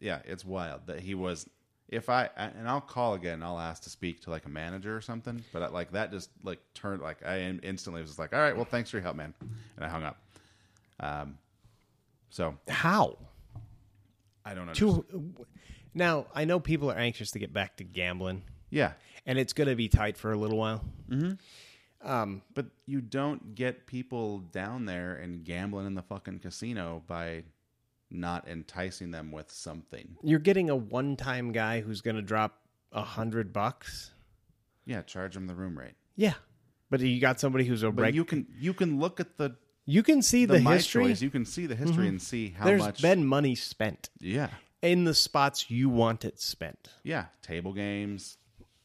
S1: Yeah, it's wild that he was. If I and I'll call again, I'll ask to speak to like a manager or something. But uh, like that just like turned like I in- instantly was just like, all right, well, thanks for your help, man, and I hung up. Um, so
S2: How
S1: I don't know.
S2: two? Now I know people are anxious to get back to gambling,
S1: Yeah,
S2: and it's going to be tight for a little while.
S1: but you don't get people down there and gambling in the fucking casino by not enticing them with something.
S2: You're getting a one time guy who's going to drop a hundred bucks.
S1: Yeah, charge them the room rate.
S2: Yeah, but you got somebody who's a
S1: But
S2: reg-
S1: you can you can look at the
S2: you can see
S1: the,
S2: the,
S1: my
S2: history. Mm-hmm.
S1: choice. You can see the history and see how
S2: There's
S1: much.
S2: been money spent
S1: yeah,
S2: in the spots you want it spent.
S1: yeah. Table games,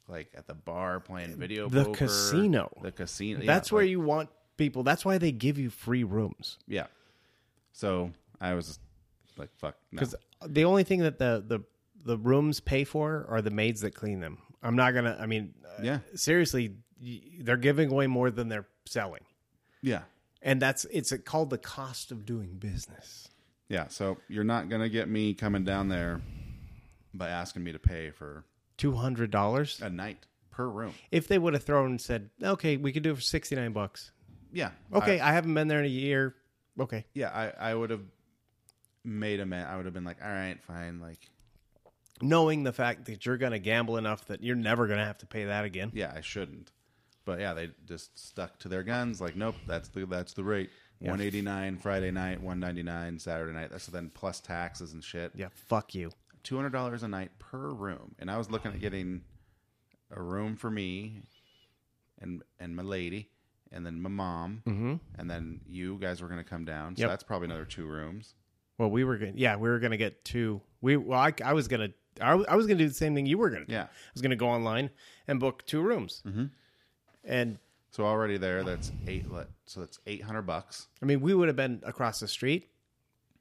S1: like at the bar playing video.
S2: The
S1: poker,
S2: casino.
S1: The casino. yeah,
S2: That's where
S1: like-
S2: you want people. That's why they give you free rooms.
S1: Yeah. So I was like, fuck. No.
S2: Because the only thing that the, the the rooms pay for are the maids that clean them. I'm not gonna. I mean, uh,
S1: Yeah.
S2: seriously, y- they're giving away more than they're selling,
S1: Yeah.
S2: and that's it's called the cost of doing business.
S1: Yeah. So you're not gonna get me coming down there by asking me to pay for
S2: Two hundred dollars.
S1: a night per room.
S2: If they would have thrown and said, "Okay, we could do it for sixty nine bucks."
S1: Yeah.
S2: Okay, I haven't been there in a year. Okay,
S1: yeah, I, I would have made a man. I would have been like, all right, fine. Like,
S2: knowing the fact that you're going to gamble enough that you're never going to have to pay that again.
S1: yeah, I shouldn't. But yeah, they just stuck to their guns. Like, nope, that's the that's the rate. One eighty nine Friday night, one ninety nine Saturday night. That's then plus taxes and shit.
S2: Yeah, fuck you.
S1: Two hundred dollars a night per room. And I was looking at getting a room for me and and my lady, and then my mom, mm-hmm. and then you guys were gonna come down. So
S2: Yep.
S1: that's probably another two rooms.
S2: Well, we were going. Yeah, we were going to get two. We well, I, I was going to. I, I was going to do the same thing you were going to. do.
S1: Yeah.
S2: I was going to go online and book two rooms. Mm-hmm. And
S1: So already there, that's eight. le- So that's eight hundred bucks.
S2: I mean, we would have been across the street,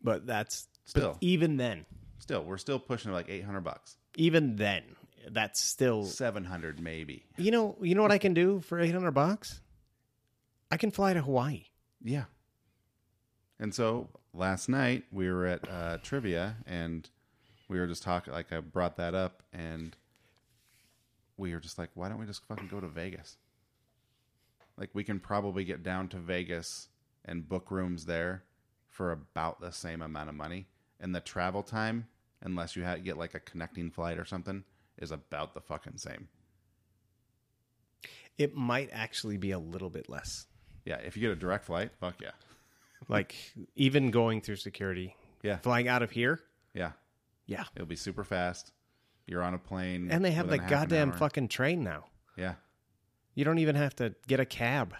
S2: but that's but
S1: Still.
S2: even then,
S1: Still, we're still pushing like eight hundred bucks,
S2: even then, that's still.
S1: seven hundred maybe.
S2: You know, you know what I can do for eight hundred bucks? I can fly to Hawaii.
S1: Yeah. And so last night we were at uh, trivia, and we were just talking. Like I brought that up, and we were just like, "Why don't we just fucking go to Vegas? Like we can probably get down to Vegas and book rooms there for about the same amount of money, and the travel time, unless you ha- get like a connecting flight or something, is about the fucking same."
S2: It might actually be a little bit less.
S1: Yeah, if you get a direct flight, fuck yeah.
S2: like even going through security
S1: Yeah.
S2: flying out of here
S1: Yeah.
S2: Yeah.
S1: It'll be super fast. You're on a plane,
S2: And they have
S1: within
S2: that
S1: half an
S2: goddamn
S1: hour.
S2: fucking train now.
S1: Yeah,
S2: You don't even have to get a cab.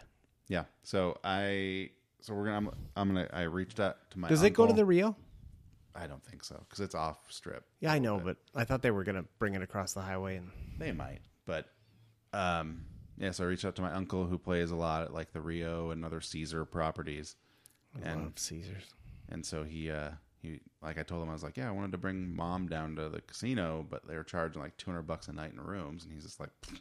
S1: yeah. So I, so we're gonna, I'm, I'm gonna, I reached out to my.
S2: Does it go to
S1: uncle.
S2: the Rio?
S1: I don't think so because it's off strip.
S2: Yeah, I know, but I thought they were going to bring it across the highway and
S1: They might, but um, yeah. So I reached out to my uncle who plays a lot at like the Rio and other Caesar properties,
S2: I
S1: and
S2: love Caesars.
S1: and so he uh he like I told him I was like yeah I wanted to bring mom down to the casino, but they were charging like two hundred bucks a night in rooms, and he's just like, "Pfft."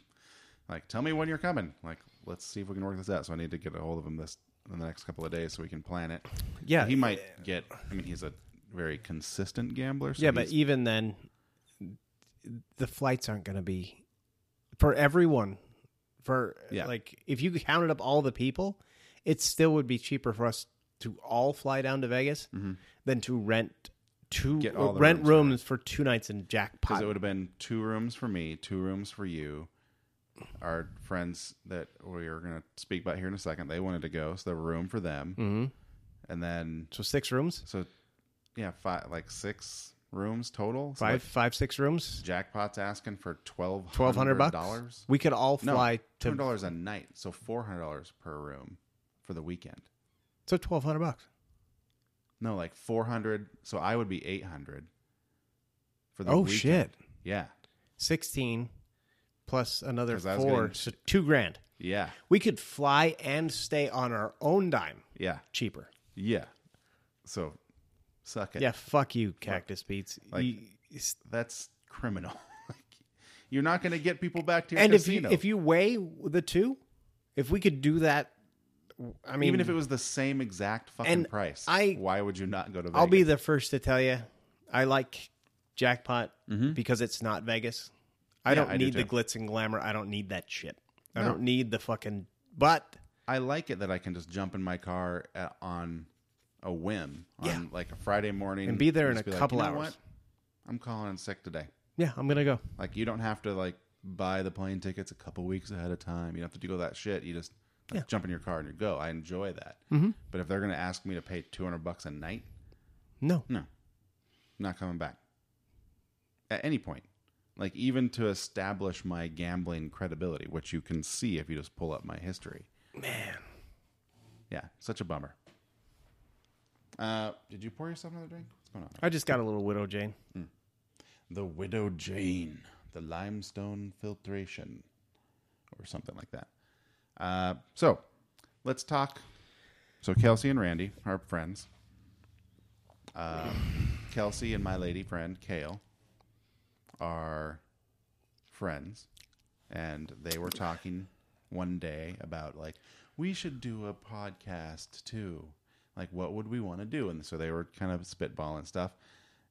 S1: like tell me when you're coming. Like let's see if we can work this out. So I need to get a hold of him this in the next couple of days so we can plan it.
S2: Yeah.
S1: he might get. I mean, he's a very consistent gambler. So
S2: Yeah, but
S1: he's-
S2: even then, the flights aren't going to be for everyone. For
S1: Yeah.
S2: like, if you counted up all the people, it still would be cheaper for us to all fly down to Vegas than to rent two
S1: Mm-hmm. Get all the
S2: rent
S1: rooms,
S2: rooms, for two nights in
S1: because
S2: jackpot.
S1: it would have been two rooms for me, two rooms for you. Our friends that we are going to speak about here in a second, they wanted to go, so there were room for them. Mm-hmm. And then,
S2: so six rooms,
S1: so yeah, five like six rooms total. So
S2: five,
S1: like,
S2: five, six rooms,
S1: jackpot's asking for twelve
S2: twelve hundred bucks.
S1: dollars.
S2: We could all
S1: No,
S2: fly
S1: two hundred
S2: to
S1: dollars a night, so four hundred dollars per room for the weekend.
S2: so twelve hundred bucks.
S1: No, like four hundred. So I would be eight hundred for the
S2: Oh
S1: weekend.
S2: shit,
S1: Yeah,
S2: sixteen plus another
S1: 'Cause I was
S2: four,
S1: getting-
S2: so two grand.
S1: yeah,
S2: We could fly and stay on our own dime
S1: yeah,
S2: cheaper.
S1: yeah. So suck it.
S2: Yeah, fuck you, Cactus Beats.
S1: Like-
S2: You- it's-
S1: that's criminal. like, you're not going to get people back to your
S2: and if you
S1: casino.
S2: if you weigh the two, if we could do that, I mean,
S1: even if it was the same exact fucking
S2: And
S1: price,
S2: I-
S1: why would you not go to? Vegas?
S2: I'll be the first to tell you, I like jackpot because it's not Vegas. I don't
S1: I do
S2: need the
S1: too.
S2: glitz and glamour. I don't need that shit. I
S1: No.
S2: don't need the fucking. But
S1: I like it that I can just jump in my car uh on a whim on
S2: Yeah.
S1: like a Friday morning
S2: And be there in
S1: just
S2: a
S1: like,
S2: couple
S1: "You know
S2: hours."
S1: what? I'm calling in sick today.
S2: yeah, I'm gonna go.
S1: Like you don't have to like buy the plane tickets a couple weeks ahead of time. You don't have to do all that shit. You just like, jump in your car and you go. I enjoy that.
S2: Mm-hmm.
S1: But if they're going to ask me to pay 200 bucks a night,
S2: No,
S1: No, not coming back. At any point, like even to establish my gambling credibility, which you can see if you just pull up my history. Man, yeah, such a bummer. Uh, did you pour yourself another drink? What's going on?
S2: I just got a little widow Jane.
S1: The Widow Jane, the limestone filtration, or something like that. Uh, so let's talk. So Kelsey and Randy are friends. Uh, Kelsey and my lady friend Kale are friends, and they were talking one day about like we should do a podcast too. Like, what would we want to do? And so they were kind of spitballing stuff,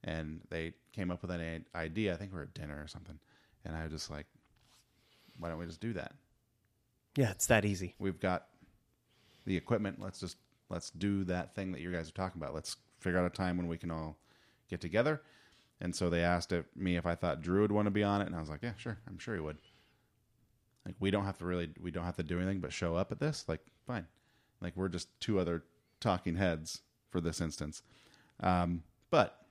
S1: and they came up with an i- idea. I think we were at dinner or something, and I was just like, "Why don't we just do that?
S2: Yeah, it's that easy.
S1: We've got the equipment. Let's just let's do that thing that you guys are talking about. Let's figure out a time when we can all get together." And so they asked if, me if I thought Drew would want to be on it, and I was like, "Yeah, sure. I'm sure he would." Like we don't have to really we don't have to do anything but show up at this. Like fine. Like we're just two other talking heads for this instance. Um, but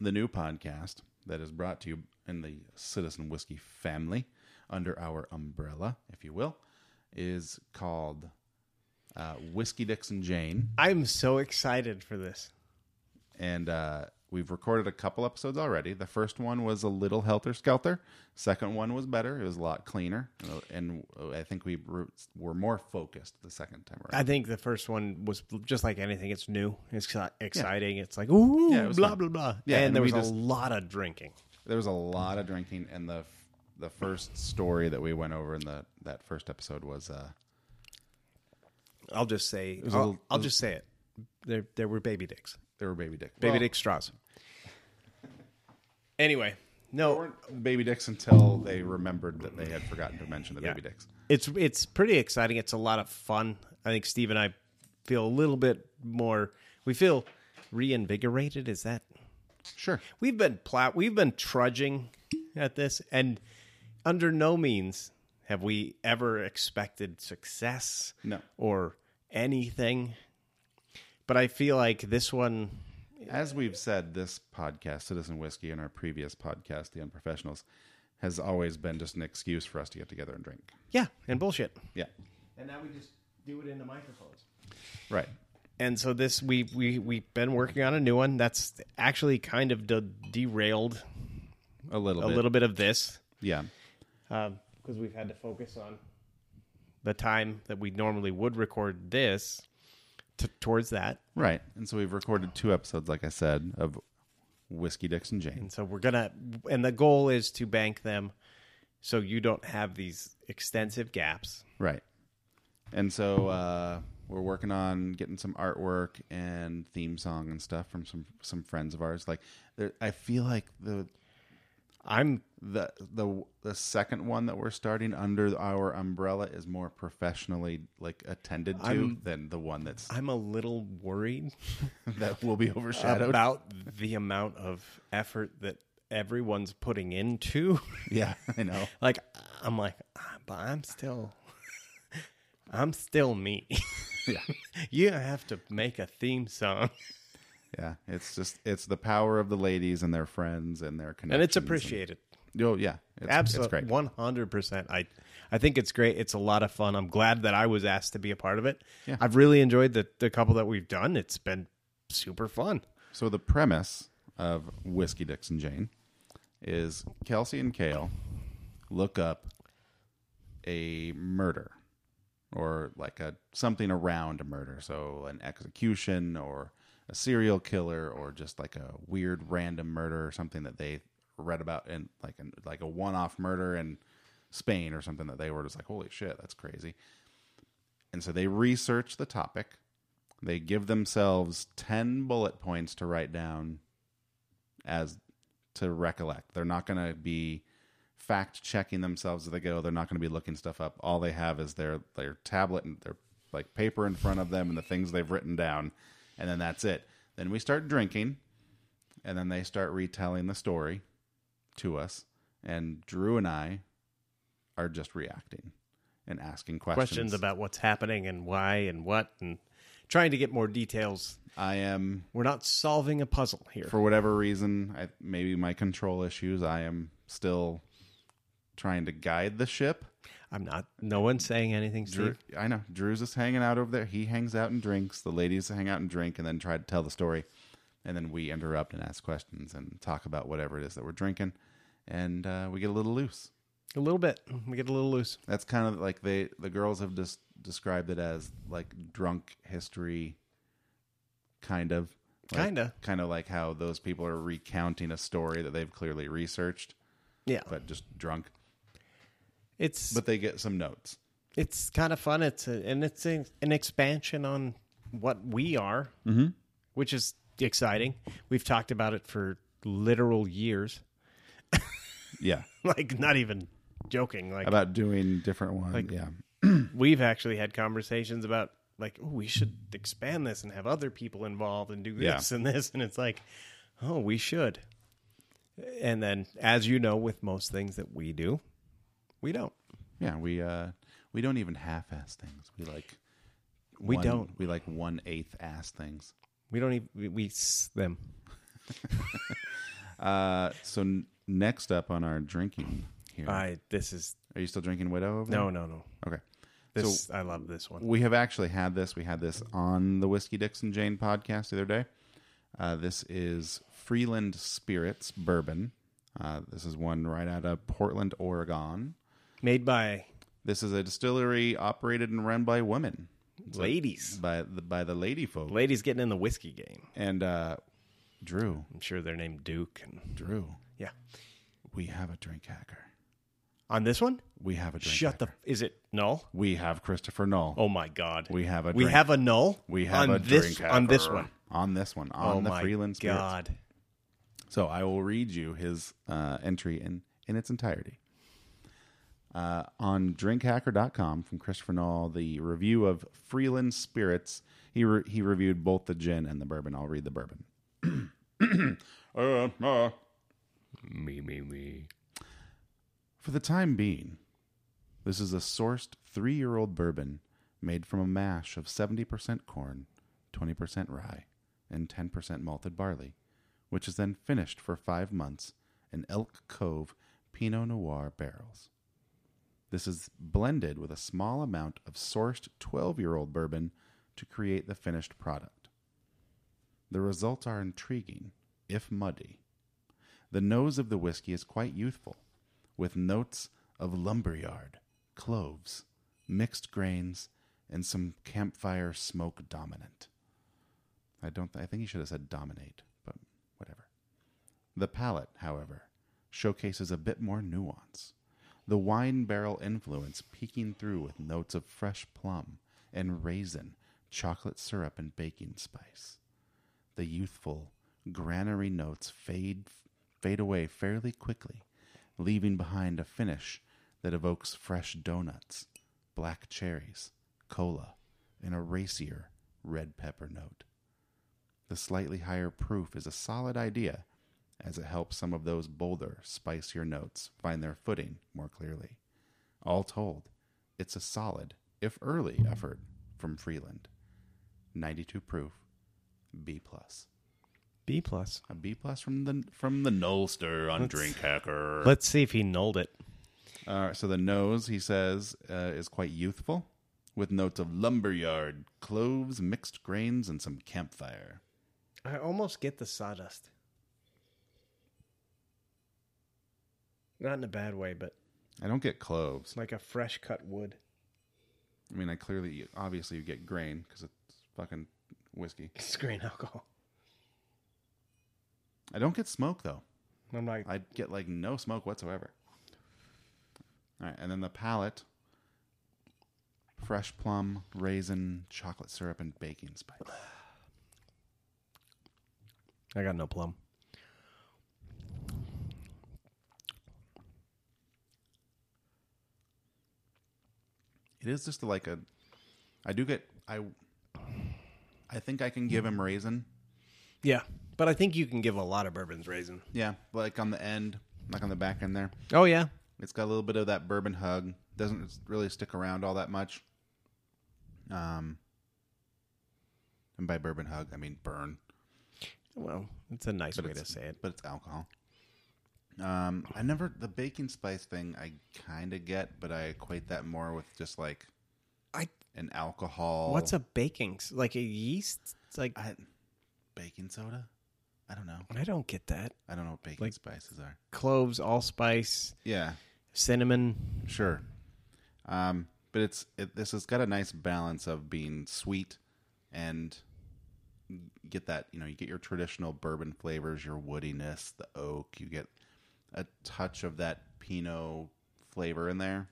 S1: the new podcast that is brought to you in the Citizen Whiskey family under our umbrella, if you will, is called uh, Whiskey Dixon Jane.
S2: I'm so excited for this.
S1: And uh, we've recorded a couple episodes already. The first one was a little helter skelter, second one was better. It was a lot cleaner. And I think we were more focused the second time around.
S2: I think the first one was just like anything. It's new. It's exci- exciting. It's like ooh,
S1: Yeah, it was
S2: blah
S1: fun.
S2: blah blah.
S1: Yeah,
S2: and,
S1: and
S2: there
S1: we
S2: was
S1: just-
S2: a lot of drinking.
S1: there was a lot of drinking and the the first story that we went over in the that first episode was uh
S2: I'll just say. I'll,
S1: a little-
S2: I'll just say it. There, there were baby dicks,
S1: there were baby dick
S2: baby
S1: Well,
S2: dick straws. Anyway,
S1: there
S2: no,
S1: weren't baby dicks until they remembered that they had forgotten to mention the baby dicks
S2: it's it's pretty exciting. It's a lot of fun. I think Steve and I feel a little bit more. We feel reinvigorated. Is that
S1: sure
S2: we've been plow we've been trudging at this and under no means have we ever expected success
S1: No.
S2: or anything but i feel like this one
S1: as we've said, this podcast, Citizen Whiskey, and our previous podcast, The Unprofessionals, has always been just an excuse for us to get together and drink.
S2: Yeah, and bullshit.
S1: Yeah,
S2: And now we just do it into microphones.
S1: right.
S2: And so this we we we've been working on a new one that's actually kind of de- derailed
S1: A little,
S2: a
S1: bit.
S2: little bit of this
S1: Yeah,
S2: because um, we've had to focus on the time that we normally would record this t- towards that.
S1: right. And so we've recorded two episodes, like I said, of Whiskey Dicks and Jane.
S2: And so we're gonna, and the goal is to bank them, so you don't have these extensive gaps.
S1: Right. And so uh, we're working on getting some artwork and theme song and stuff from some some friends of ours. Like, there, I feel like the
S2: I'm
S1: the the the second one that we're starting under our umbrella is more professionally like attended to than the one that's
S2: I'm a little worried
S1: that will be overshadowed.
S2: about the amount of effort that everyone's putting into.
S1: yeah, I know.
S2: like I'm like, "Ah, but I'm still, I'm still me.
S1: Yeah.
S2: you have to make a theme song,
S1: Yeah, it's just it's the power of the ladies and their friends and their connections.
S2: and it's appreciated.
S1: Oh yeah, it's, it's
S2: Absolutely,
S1: great.
S2: one hundred percent. I, I think it's great. It's a lot of fun. I'm glad that I was asked to be a part of it.
S1: Yeah.
S2: I've really enjoyed the the couple that we've done. It's been super fun.
S1: So the premise of Whiskey Dicks and Jane is Kelsey and Kale look up a murder or like a something around a murder, so an execution or a serial killer or just like a weird random murder or something that they read about and like an, like a one-off murder in Spain or something that they were just like holy shit, that's crazy. And so they research the topic. They give themselves 10 bullet points to write down as to recollect. They're not going to be fact checking themselves as they go. They're not going to be looking stuff up. All they have is their their tablet and their like paper in front of them and the things they've written down. And then that's it. Then we start drinking and then they start retelling the story to us and Drew and I are just reacting and asking questions.
S2: Questions about what's happening and why and what and trying to get more details.
S1: I am
S2: We're not solving a puzzle here.
S1: for whatever reason, I, maybe my control issues, I am still trying to guide the ship.
S2: I'm not. No one's saying anything, Steve.
S1: Drew, I know Drew's just hanging out over there. He hangs out and drinks. The ladies hang out and drink, and then try to tell the story. And then we interrupt and ask questions and talk about whatever it is that we're drinking, and uh, we get a little loose.
S2: A little bit. We get a little loose.
S1: That's kind of like they the girls have just described it as like drunk history, kind of, Like-
S2: Kinda.
S1: kind of like how those people are recounting a story that they've clearly researched.
S2: Yeah.
S1: but just drunk.
S2: it's
S1: But they get some notes.
S2: it's kind of fun. It's a, and it's a, an expansion on what we are,
S1: Mm-hmm.
S2: which is exciting. We've talked about it for literal years.
S1: Yeah,
S2: Like not even joking. Like
S1: about doing different ones. yeah,
S2: we've actually had conversations about like oh, we should expand this and have other people involved and do
S1: Yeah.
S2: this and this and it's like oh we should and then as you know with most things that we do we don't
S1: yeah. We uh, we don't even half-ass things. We like
S2: We
S1: one-
S2: don't.
S1: We like one eighth ass things.
S2: we don't even we, we s- them
S1: Uh, so n- next up on our drinking here,
S2: I this is
S1: are you still drinking Widow? Over
S2: no no no.
S1: there? Okay.
S2: This I love this one.
S1: We have actually had this. We had this on the Whiskey Dixon Jane podcast the other day. Uh, this is Freeland Spirits Bourbon. Uh, this is one right out of Portland, Oregon.
S2: Made by
S1: This is a distillery operated and run by women,
S2: ladies.
S1: by the by the lady folk.
S2: Ladies getting in the whiskey game.
S1: And uh, Drew,
S2: I'm sure they're named Duke and
S1: Drew,
S2: yeah.
S1: we have a drink hacker.
S2: On this one?
S1: We have a drink.
S2: Shut the is it null?
S1: We have Christopher Null.
S2: Oh my god.
S1: We have a
S2: We
S1: drink.
S2: have a null?
S1: we have
S2: on
S1: a
S2: this,
S1: drink hacker.
S2: on this one.
S1: On this one. On
S2: Oh
S1: the
S2: my
S1: Freeland Spirits.
S2: god.
S1: So I will read you his uh, entry in, in its entirety. Uh, on drinkhacker.com from Christopher Knoll, the review of Freeland Spirits. He, re- he reviewed both the gin and the bourbon. I'll read the bourbon. Uh, uh.
S2: Me me me.
S1: For the time being, this is a sourced three year old bourbon made from a mash of 70% corn, 20% rye, and 10% malted barley, which is then finished for five months in Elk Cove Pinot Noir barrels. This is blended with a small amount of sourced 12 year old bourbon to create the finished product. The results are intriguing, if muddy. The nose of the whiskey is quite youthful, with notes of lumberyard, cloves, mixed grains, and some campfire smoke dominant. I don't. Th- I think he should have said dominate, but whatever. The palate, however, showcases a bit more nuance. The wine barrel influence peeking through with notes of fresh plum and raisin, chocolate syrup, and baking spice. The youthful, granary notes fade fade away fairly quickly, leaving behind a finish that evokes fresh donuts, black cherries, cola, and a racier red pepper note. The slightly higher proof is a solid idea as it helps some of those bolder, spicier notes find their footing more clearly. All told, it's a solid, if early, effort from Freeland. 92 proof, B plus.
S2: B plus.
S1: A B plus from the from the Nullster on Drink Hacker.
S2: Let's see if he nulled it.
S1: All right, so the nose, he says, uh, is quite youthful, with notes of lumberyard, cloves, mixed grains, and some campfire.
S2: I almost get the sawdust. Not in a bad way, but
S1: I don't get cloves.
S2: like a fresh cut wood.
S1: I mean, I clearly, obviously, you get grain because it's fucking whiskey.
S2: It's grain alcohol.
S1: I don't get smoke though.
S2: I'm like,
S1: I get like no smoke whatsoever. All right, and then the palate: fresh plum, raisin, chocolate syrup, and baking spice.
S2: I got no plum.
S1: It is just like a. I do get I. I think I can give him raisin.
S2: Yeah, but I think you can give a lot of bourbons raisin.
S1: Yeah, like on the end, like on the back end there.
S2: Oh yeah,
S1: It's got a little bit of that bourbon hug. Doesn't really stick around all that much. Um, and by bourbon hug, I mean burn,
S2: well, it's a nice way to
S1: it's-
S2: say it.
S1: but it's alcohol. Um, I never the baking spice thing. I kind of get, but I equate that more with just like
S2: I
S1: an alcohol.
S2: what's a baking s- like a yeast? It's like I,
S1: I, baking soda? I don't know.
S2: don't get that.
S1: I don't know what baking
S2: Like-
S1: spices are.
S2: Cloves, allspice,
S1: Yeah,
S2: cinnamon.
S1: sure. Um, but it's it, this has got a nice balance of being sweet and get that you know you get your traditional bourbon flavors, your woodiness, the oak. You get a touch of that Pinot flavor in there.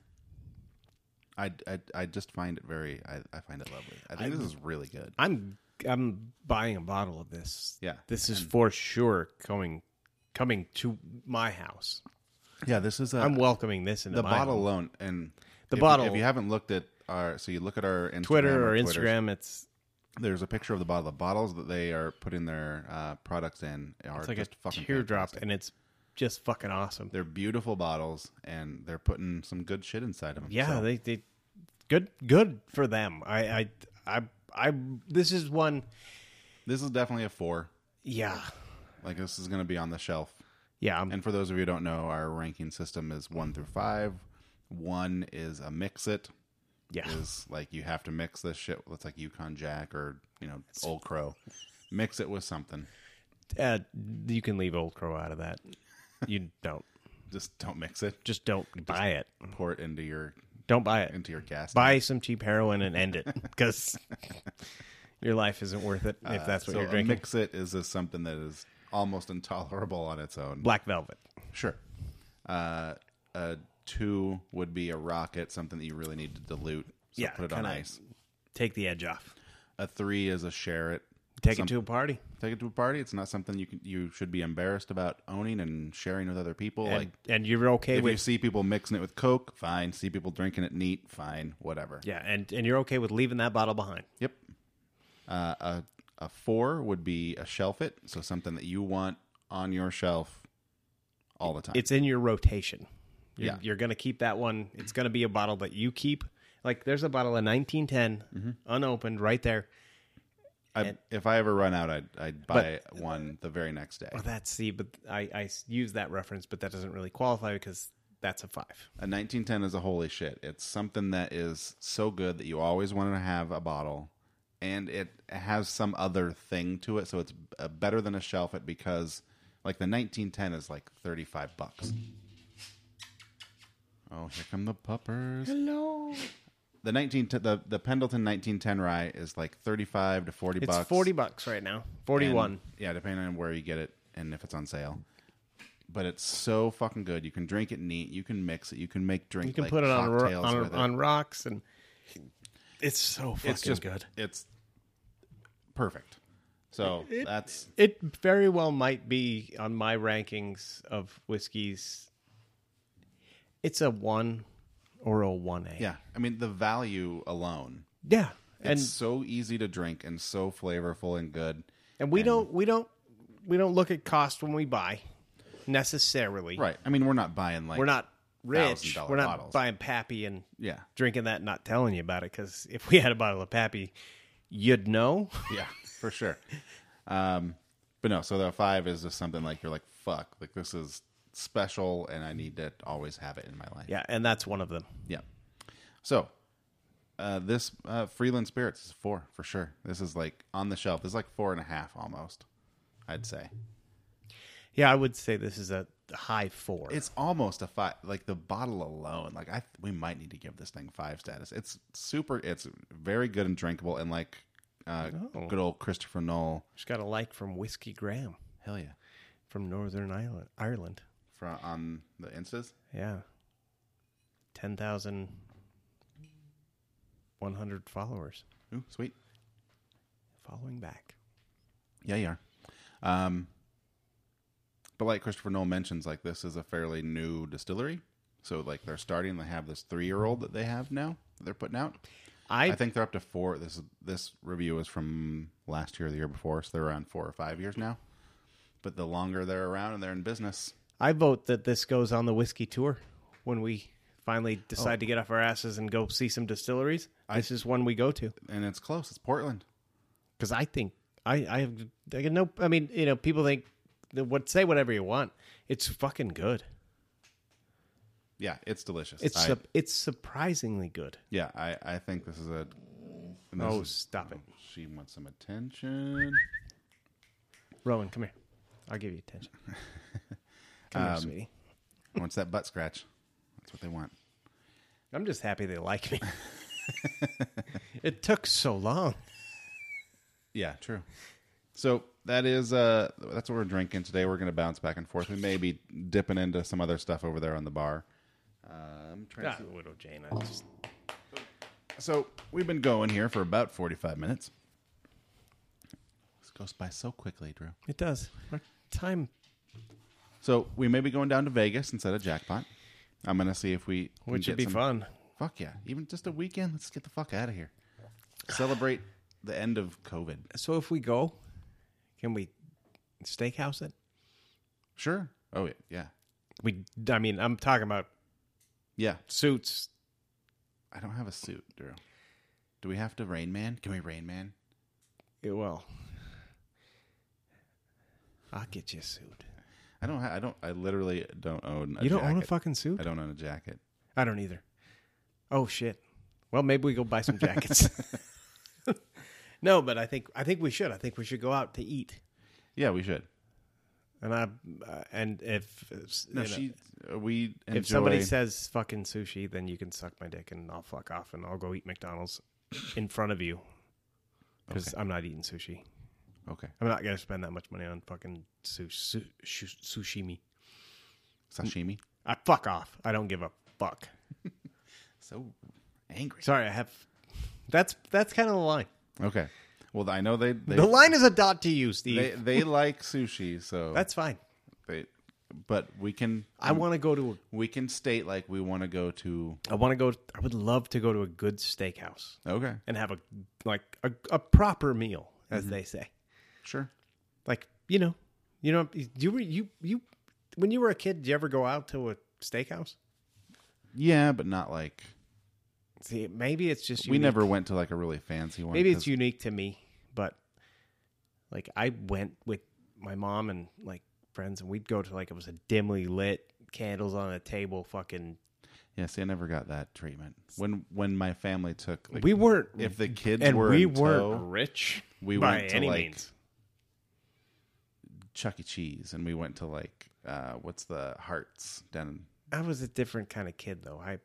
S1: I, I, I just find it very I, I find it lovely. I think this is really good.
S2: I'm I'm buying a bottle of this.
S1: Yeah.
S2: this is for sure coming coming to my house.
S1: Yeah, this is a
S2: I'm welcoming this in
S1: the
S2: my
S1: bottle
S2: home.
S1: alone and
S2: The
S1: if-
S2: bottle-
S1: If you haven't looked at our so you look at our Instagram
S2: Twitter or
S1: our Twitters,
S2: Instagram. It's
S1: there's a picture of the bottle. The bottles that they are putting their uh, products in are
S2: it's like
S1: just
S2: a
S1: fucking
S2: teardrop,
S1: fantastic.
S2: and it's just fucking awesome.
S1: They're beautiful bottles, and they're putting some good shit inside of them.
S2: Yeah, they they good good for them. I I I I this is one.
S1: this is definitely a four.
S2: Yeah,
S1: Like this is going to be on the shelf.
S2: yeah. I'm,
S1: And for those of you who don't know, our ranking system is one through five. One is a mix it.
S2: Yeah.
S1: Is like you have to mix this shit. It's like Yukon Jack or you know Old Crow. Mix it with something.
S2: uh, you can leave Old Crow out of that. You don't
S1: Just don't mix it.
S2: just don't buy it.
S1: pour it into your
S2: Don't buy it.
S1: into your gas.
S2: Buy some cheap heroin and end it because your life isn't worth it if that's what
S1: Uh, so
S2: you're
S1: a
S2: drinking.
S1: mix it is just something that is almost intolerable on its own.
S2: Black Velvet.
S1: Sure. Uh, a two would be a rocket, something that you really need to dilute. So
S2: Yeah,
S1: put it on
S2: kinda-
S1: ice.
S2: Take the edge off.
S1: A three is a share it.
S2: Take it to a party.
S1: Take it to a party. It's not something you can, you should be embarrassed about owning and sharing with other people.
S2: And,
S1: like
S2: and you're okay
S1: if
S2: with
S1: you see people mixing it with Coke, fine. See people drinking it neat, fine. Whatever.
S2: yeah, and, and you're okay with leaving that bottle behind.
S1: Yep. Uh, a a four would be a shelf it, so something that you want on your shelf all the time.
S2: it's in your rotation. You're,
S1: Yeah.
S2: you're going to keep that one. It's going to be a bottle
S1: Mm-hmm.
S2: that you keep. Like there's a bottle of 1910 unopened right there.
S1: I, if I ever run out, I'd, I'd buy one the very next day.
S2: Well, Oh, that's see, but I, I s- use that reference, but that doesn't really qualify because that's a five.
S1: A 1910 is a holy shit. It's something that is so good that you always want to have a bottle, and it has some other thing to it, so it's uh, better than a shelf it because, like the 1910 is like 35 bucks. Oh, here come the puppers.
S2: Hello.
S1: The 19 the the Pendleton 1910 rye is like 35 to 40
S2: It's
S1: bucks.
S2: forty bucks right now.
S1: and-
S2: Forty-one.
S1: Yeah, depending on where you get it and if it's on sale. But it's so fucking good. You can drink it neat. You can mix it. You can make drink.
S2: you can put it on ro- on,
S1: with it.
S2: on rocks, and it's so fucking
S1: It's just
S2: good.
S1: It's perfect. So that's
S2: It very well might be on my rankings of whiskeys. It's a one or a one A.
S1: yeah. I mean the value alone.
S2: yeah,
S1: It's
S2: and
S1: so easy to drink and so flavorful and good.
S2: and we don't we don't we don't look at cost when we buy necessarily.
S1: Right. I mean we're not buying like
S2: We're not rich.
S1: $1,000
S2: We're not
S1: bottles.
S2: buying Pappy and
S1: Yeah.
S2: drinking that, and not telling you about it. Because if we had a bottle of Pappy, you'd know.
S1: Yeah, for sure. Um, but no, so the five is just something like you're like, fuck, like this is special and I need to always have it in my life.
S2: Yeah, and that's one of them.
S1: Yeah. So uh, this uh, Freeland Spirits is four for sure. This is like on the shelf. This is like four and a half almost, I'd say.
S2: Yeah, I would say this is a high four.
S1: It's almost a five. Like the bottle alone, like I we might need to give this thing five status. It's super. It's very good and drinkable and like uh, good old Christopher Noel.
S2: Just got a like from Whiskey Graham
S1: Hell yeah.
S2: from Northern Ireland. Ireland.
S1: From on the instas.
S2: Yeah. 10,100 followers
S1: Ooh, sweet.
S2: following back.
S1: Yeah, you are. Um, but like Christopher Noel mentions, like this is a fairly new distillery, so like they're starting. They have this three-year-old that they have now. That they're putting out.
S2: I,
S1: I think they're up to four. This this review is from last year or the year before, so they're around four or five years now. But the longer they're around and they're in business,
S2: I vote that this goes on the whiskey tour when we finally decide to get off our asses and go see some distilleries. this is one we go to
S1: and it's close. It's Portland.
S2: because I think I I have I get no I mean you know people think that what say whatever you want. It's fucking good.
S1: Yeah, it's delicious.
S2: It's
S1: I,
S2: sup- it's surprisingly good.
S1: yeah. I I think this is a. and this
S2: Oh,
S1: is-
S2: stop it.
S1: she wants some attention.
S2: Rowan, come here. I'll give you attention. Come here, sweetie.
S1: wants that butt scratch. That's what they want.
S2: I'm just happy they like me. it took so long.
S1: Yeah, true. So that is uh that's what we're drinking today. We're gonna bounce back and forth. We may be dipping into some other stuff over there on the bar. Uh, I'm trying to
S2: Widow Jane. I just
S1: So we've been going here for about 45 minutes. This goes by so quickly, Drew.
S2: it does. Our time.
S1: So we may be going down to Vegas instead of jackpot. I'm gonna see if we can
S2: Which
S1: get
S2: would be
S1: some-
S2: fun.
S1: Fuck yeah! Even just a weekend. Let's get the fuck out of here. Celebrate the end of COVID.
S2: So if we go, can we steakhouse it?
S1: Sure. Oh yeah, yeah,
S2: We. I mean, I'm talking about
S1: yeah.
S2: suits.
S1: I don't have a suit, Drew. Do we have to Rain Man? Can we Rain Man?
S2: It will. I'll get you a suit.
S1: I don't. Ha- I don't. I literally don't own. A
S2: You don't
S1: jacket.
S2: own a fucking suit?
S1: I don't own a jacket.
S2: I don't either. Oh shit. Well, maybe we go buy some jackets. no, but I think I think we should. I think we should go out to eat.
S1: Yeah, we should.
S2: And I uh, and if
S1: No,
S2: you know,
S1: she. uh, We enjoy.
S2: if somebody says fucking sushi, then you can suck my dick and I'll fuck off and I'll go eat McDonald's in front of you because I'm not eating sushi.
S1: okay,
S2: I'm not gonna spend that much money on fucking su- su- su- sushimi.
S1: sashimi.
S2: I fuck off. I don't give a fuck.
S1: So angry.
S2: Sorry, I have. That's that's kind of the line.
S1: Okay. Well, I know they they
S2: The line is a dot to you, Steve.
S1: they, they like sushi, so
S2: That's fine.
S1: they. But we can
S2: I want to go to.
S1: we can state like we want to go to.
S2: A, I want to go. I would love to go to a good steakhouse
S1: Okay,
S2: and have a like a, a proper meal,
S1: Mm-hmm.
S2: as they say.
S1: sure.
S2: Like you know, you know, you were you you when you were a kid, did you ever go out to a steakhouse?
S1: Yeah, but not like
S2: See, maybe it's just
S1: we
S2: unique-
S1: never went to like a really fancy one.
S2: Maybe
S1: 'cause-
S2: it's unique to me, but like I went with my mom and like friends, and we'd go to like it was a dimly lit candles on a table. Fucking,
S1: Yeah, see, I never got that treatment. When when my family took, like,
S2: we weren't,
S1: if the kids
S2: Mm-hmm. and
S1: were
S2: we
S1: in
S2: weren't
S1: tow,
S2: rich
S1: we
S2: by
S1: went to
S2: any
S1: like
S2: means.
S1: Chuck E. Cheese, and we went to like uh, what's the Hearts down
S2: I was a different kind of kid though. I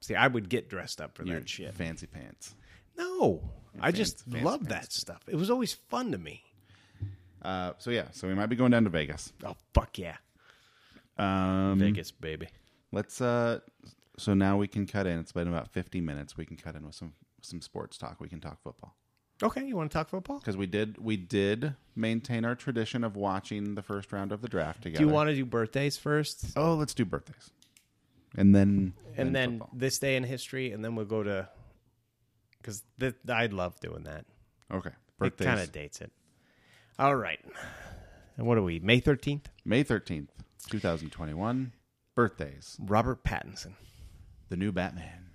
S2: see. I would get dressed up for
S1: in your
S2: that shit.
S1: fancy pants.
S2: No, I
S1: fancy-
S2: just
S1: fancy
S2: loved
S1: pants.
S2: that stuff. It was always fun to me.
S1: Uh, so yeah, so we might be going down to Vegas.
S2: Oh fuck yeah,
S1: Um,
S2: Vegas baby.
S1: Let's. Uh, so now we can cut in. It's been about fifty minutes. We can cut in with some some sports talk. We can talk football
S2: Okay, you want to talk football?
S1: because we did we did maintain our tradition of watching the first round of the draft
S2: Do
S1: together.
S2: you want to do birthdays first?
S1: Oh, let's do birthdays, and then
S2: and then
S1: football.
S2: this day in history, and then we'll go to because th- I love doing that.
S1: okay,
S2: It kind
S1: birthdays.
S2: of dates it. All right, and what are we? May thirteenth.
S1: May thirteenth, two thousand twenty-one. Birthdays.
S2: Robert Pattinson.
S1: The new Batman.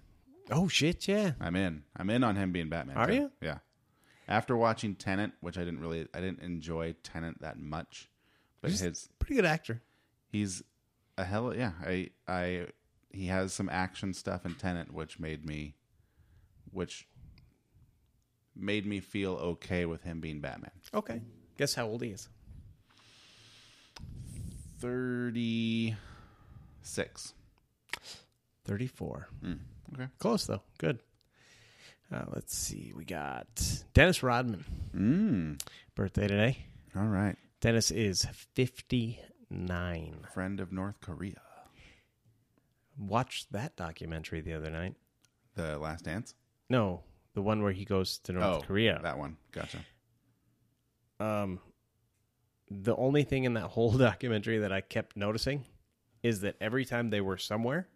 S2: Oh shit, yeah.
S1: I'm in. I'm in on him being Batman.
S2: Are
S1: too.
S2: you?
S1: Yeah. After watching Tenant, which I didn't really, I didn't enjoy Tenant that much, but his
S2: Pretty good actor.
S1: he's a hell yeah. I I he has some action stuff in Tenant, which made me, which made me feel okay with him being Batman.
S2: Okay, guess how old he is.
S1: Thirty six.
S2: Thirty-four.
S1: Hmm. Okay.
S2: Close though. Good. Uh, let's see. We got Dennis Rodman.
S1: Mm.
S2: Birthday today.
S1: All right.
S2: Dennis is fifty-nine.
S1: Friend of North Korea.
S2: Watched that documentary the other night.
S1: The Last Dance.
S2: No, the one where he goes to
S1: Oh,
S2: North Korea.
S1: That one. Gotcha.
S2: um, the only thing in that whole documentary that I kept noticing is that every time they were somewhere,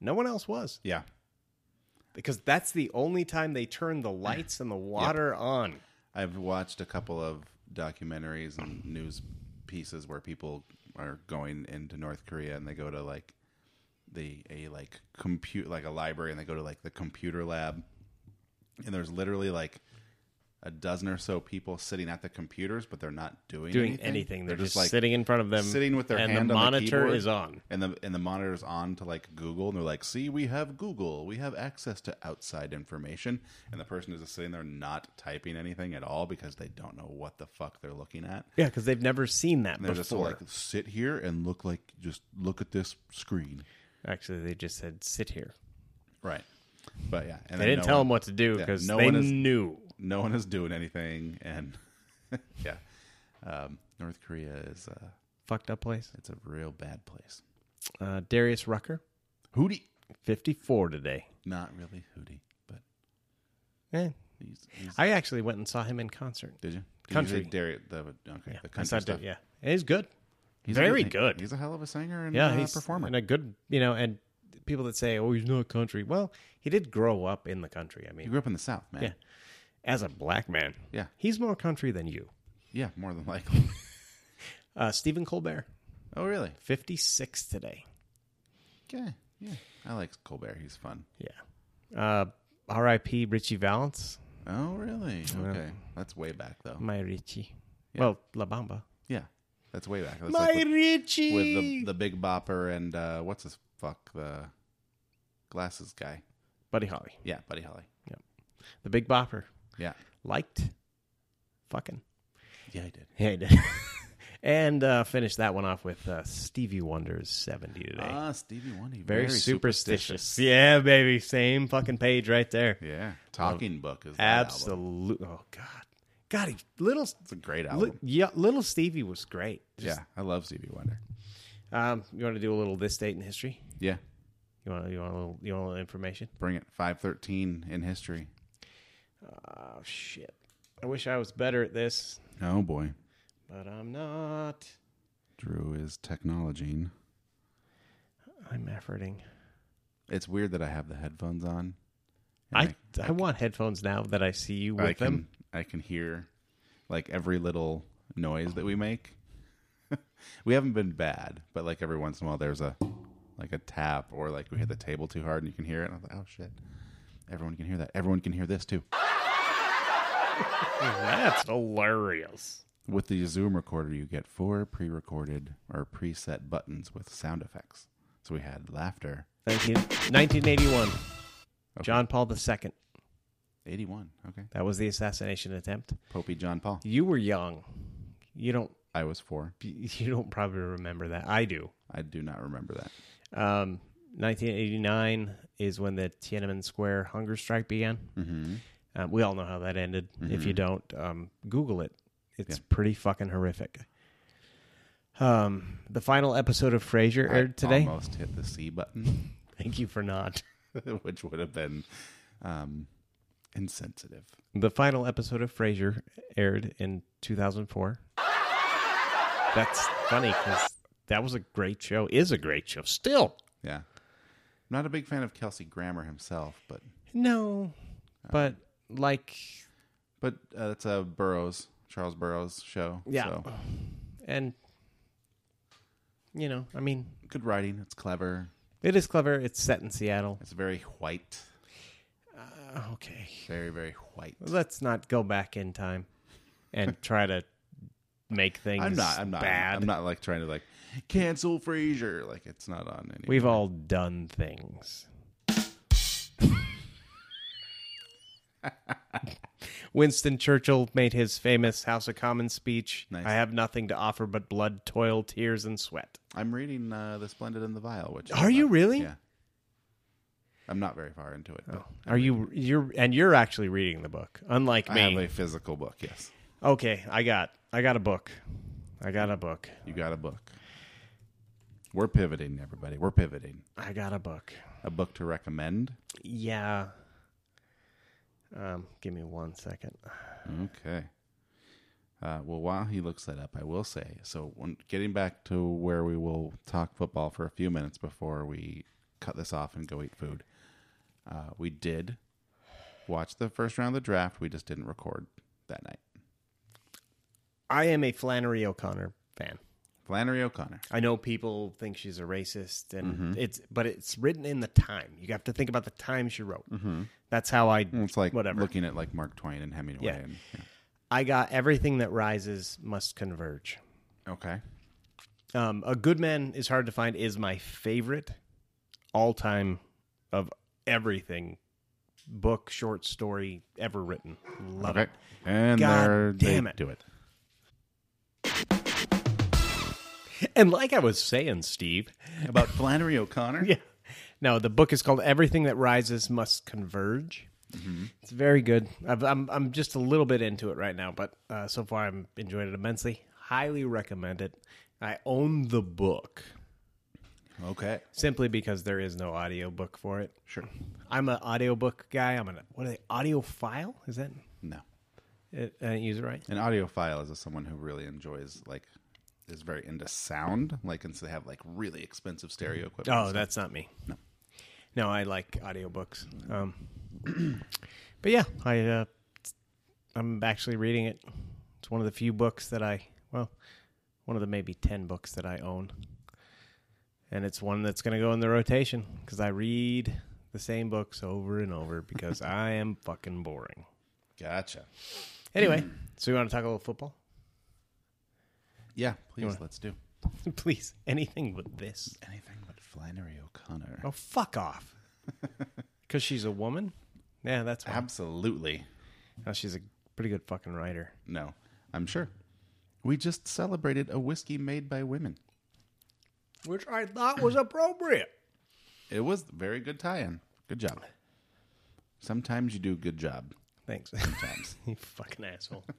S2: no one else was
S1: Yeah.
S2: because that's the only time they turn the lights and the water on.
S1: I've watched a couple of documentaries and news pieces where people are going into North Korea and they go to like the a like compute like a library and they go to like the computer lab and there's literally like a dozen or so people sitting at the computers but they're not doing
S2: Doing
S1: anything.
S2: anything, they're, just, sitting in front of them,
S1: sitting with their
S2: and
S1: hand
S2: the
S1: on the
S2: monitor
S1: keyboard.
S2: is on.
S1: and the and the monitor's on to like Google, and they're like, "See, we have Google. We have access to outside information." And the person is just sitting there, not typing anything at all because they don't know what the fuck they're looking at.
S2: Yeah, because they've never seen that
S1: They're
S2: before.
S1: just like, "Sit here and look like just look at this screen."
S2: Actually, they just said sit here.
S1: Right. But yeah, and
S2: They
S1: then
S2: didn't
S1: no
S2: tell
S1: one-
S2: them what to do
S1: yeah,
S2: because
S1: no
S2: they
S1: one is-
S2: knew.
S1: No one is doing anything, and yeah, um, North Korea is uh,
S2: Fucked up place.
S1: it's a real bad place.
S2: Uh, Darius Rucker,
S1: Hootie,
S2: fifty-four today.
S1: not really Hootie, but
S2: Eh,
S1: he's, he's
S2: I actually went and saw him in concert.
S1: Did you? Did
S2: Country.
S1: You say Derry, the, okay, the
S2: I
S1: country
S2: saw
S1: stuff.
S2: it. Yeah, And he's good.
S1: He's
S2: Very
S1: a he-
S2: good.
S1: He's a hell of a singer and
S2: Yeah,
S1: uh,
S2: he's
S1: performer.
S2: and a good. You know, and people that say, "Oh, he's not country." Well, he did grow up in the country. I
S1: He
S2: mean,
S1: grew up in the South, man.
S2: Yeah. as a black man,
S1: Yeah.
S2: he's more country than you.
S1: Yeah, more than likely.
S2: Uh, Stephen Colbert,
S1: oh, really?
S2: fifty-six today.
S1: Okay. Yeah. I like Colbert. He's fun.
S2: Yeah. Uh, R.I.P. Richie Valens.
S1: Oh, really? Okay. That's way back, though.
S2: My Richie. Well, La Bamba.
S1: Yeah. That's way back. That's
S2: My
S1: like with,
S2: Richie.
S1: with the, the Big Bopper and uh, what's his fuck? The glasses guy.
S2: Buddy Holly,
S1: Yeah, Buddy Holly.
S2: the Big Bopper,
S1: Yeah.
S2: liked, fucking.
S1: Yeah, I did.
S2: Yeah, he did. and uh, finish that one off with uh, Stevie Wonder's 70 today.
S1: Ah, Stevie Wonder.
S2: very, superstitious. Yeah, baby. Same fucking page right there.
S1: Yeah. Talking Book is absolutely.
S2: Absolutely. Oh, God. God, he, little,
S1: It's a great
S2: li,
S1: album.
S2: yeah, little Stevie was great.
S1: Yeah, I love Stevie Wonder.
S2: Um, you want to do a little this date in history?
S1: Yeah,
S2: You want, you want a little, you want a little information?
S1: bring it. Five thirteen in history.
S2: Oh, shit. I wish I was better at this,
S1: Oh boy,
S2: but I'm not.
S1: Drew is technologing.
S2: I'm efforting.
S1: It's weird that I have the headphones on.
S2: I, I want headphones now that I see you with
S1: I can
S2: them.
S1: I can hear like every little noise that we make. we haven't been bad, but like every once in a while, there's a like a tap or like we hit the table too hard and you can hear it. And I'm like, oh shit, everyone can hear that. Everyone can hear this too.
S2: That's hilarious.
S1: With the Zoom recorder, you get four pre recorded or preset buttons with sound effects. So we had laughter.
S2: Thank you. 1981. John Paul II.
S1: 81. Okay.
S2: That was the assassination attempt.
S1: Popey John Paul.
S2: You were young. You don't.
S1: I was four.
S2: You don't probably remember that. I do.
S1: I do not remember that.
S2: Um, 1989 is when the Tiananmen Square hunger strike began. Uh, we all know how that ended. If you don't, um, Google it. It's pretty fucking horrific. Um, the final episode of Frasier
S1: I
S2: aired today.
S1: almost hit the C button,
S2: Thank you for not.
S1: which would have been um, insensitive.
S2: The final episode of Frasier aired in 2004. That's funny because that was a great show. Is a great show still.
S1: Yeah. I'm not a big fan of Kelsey Grammer himself, but
S2: No, but like,
S1: but uh, that's a Burroughs, Charles Burroughs show.
S2: Yeah.
S1: So
S2: and you know, I mean,
S1: good writing. It's clever.
S2: it is clever. It's set in Seattle.
S1: It's very white.
S2: Uh, Okay,
S1: Very, very white.
S2: let's not go back in time and try to make things.
S1: I'm not. I'm not.
S2: bad.
S1: I'm not like trying to like cancel Frasier. Like it's not on any.
S2: We've all done things. Winston Churchill made his famous House of Commons speech.
S1: Nice.
S2: I have nothing to offer but blood, toil, tears, and sweat.
S1: I'm reading uh, The Splendid and the Vile. Which is
S2: Are you
S1: about-
S2: really?
S1: Yeah. I'm not very far into it. But
S2: Are you you're and you're actually reading the book, unlike
S1: I have
S2: me.
S1: a physical book. Yes,
S2: okay, I got I got a book. I got a book.
S1: you got a book. We're pivoting, everybody. We're pivoting.
S2: I got a book.
S1: A book to recommend.
S2: Yeah. Um, give me one second.
S1: Okay. Uh, well, while he looks that up, I will say so. When, getting back to where we will talk football for a few minutes before we cut this off and go eat food, uh, we did watch the first round of the draft. We just didn't record that night.
S2: I am a Flannery O'Connor fan.
S1: Flannery O'Connor.
S2: I know people think she's a racist, and it's but it's written in the time. You have to think about the time she wrote. That's how I.
S1: It's like
S2: Whatever.
S1: looking at like Mark Twain and Hemingway.
S2: Yeah.
S1: And,
S2: I got everything that rises must converge.
S1: Okay.
S2: Um, a good man is hard to find is my favorite all time of everything book short story ever written. Love
S1: Okay.
S2: it.
S1: And
S2: God
S1: there
S2: damn
S1: they
S2: it.
S1: do it.
S2: And like I was saying, Steve.
S1: About Flannery O'Connor?
S2: Yeah. No, the book is called Everything That Rises Must Converge. It's very good. I've, I'm I'm just a little bit into it right now, but uh, so far I'm enjoying it immensely. Highly recommend it. I own the book
S1: Okay.
S2: simply because there is no audiobook for it.
S1: Sure.
S2: I'm an audiobook guy. I'm an what are they? Audiophile? Is that
S1: No.
S2: I didn't use it right?
S1: An audiophile is someone who really enjoys like is very into sound, like and so they have like really expensive stereo equipment.
S2: Oh, that's not me. No, no, I like audiobooks. Um, but yeah, I uh, I'm actually reading it. It's one of the few books that I well, one of the maybe ten books that I own, and it's one that's going to go in the rotation because I read the same books over and over because I am fucking boring.
S1: Gotcha.
S2: Anyway, so you want to talk a little football?
S1: Yeah, please let's do
S2: Please, anything but this.
S1: anything but Flannery O'Connor.
S2: Oh, fuck off. Because she's a woman. Yeah, that's why.
S1: Absolutely.
S2: Oh, she's a pretty good fucking writer.
S1: No, I'm sure. We just celebrated a whiskey made by women.
S2: Which I thought was appropriate.
S1: It was a very good tie-in. Good job. Sometimes you do a good job.
S2: Thanks.
S1: Sometimes.
S2: you fucking asshole.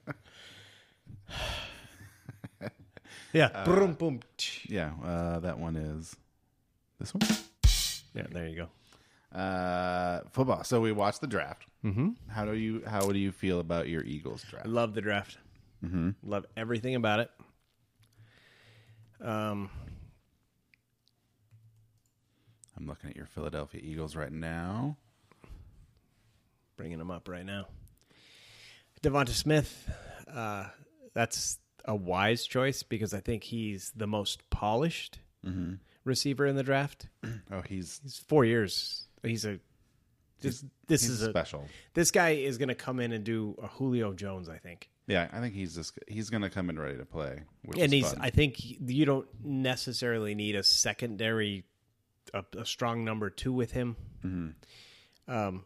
S2: yeah. Brum, bum, tch.
S1: yeah, uh, that one is this one.
S2: Yeah, there you go.
S1: Uh, football. So we watched the draft. Mm-hmm. How do you How do you feel about your Eagles draft?
S2: I love the draft. Mm-hmm. Love everything about it. Um,
S1: I'm looking at your Philadelphia Eagles right now.
S2: bringing them up right now. Devonta Smith, uh, that's a wise choice because I think he's the most polished receiver in the draft.
S1: Oh, he's
S2: He's four years. He's a Just, this
S1: He's
S2: is a,
S1: special.
S2: this guy is going to come in and do a Julio Jones, I think.
S1: Yeah, I think he's just he's gonna come in ready to play. Which
S2: and
S1: is
S2: he's
S1: fun.
S2: i think you don't necessarily need a secondary a, a strong number two with him
S1: Mm-hmm.
S2: um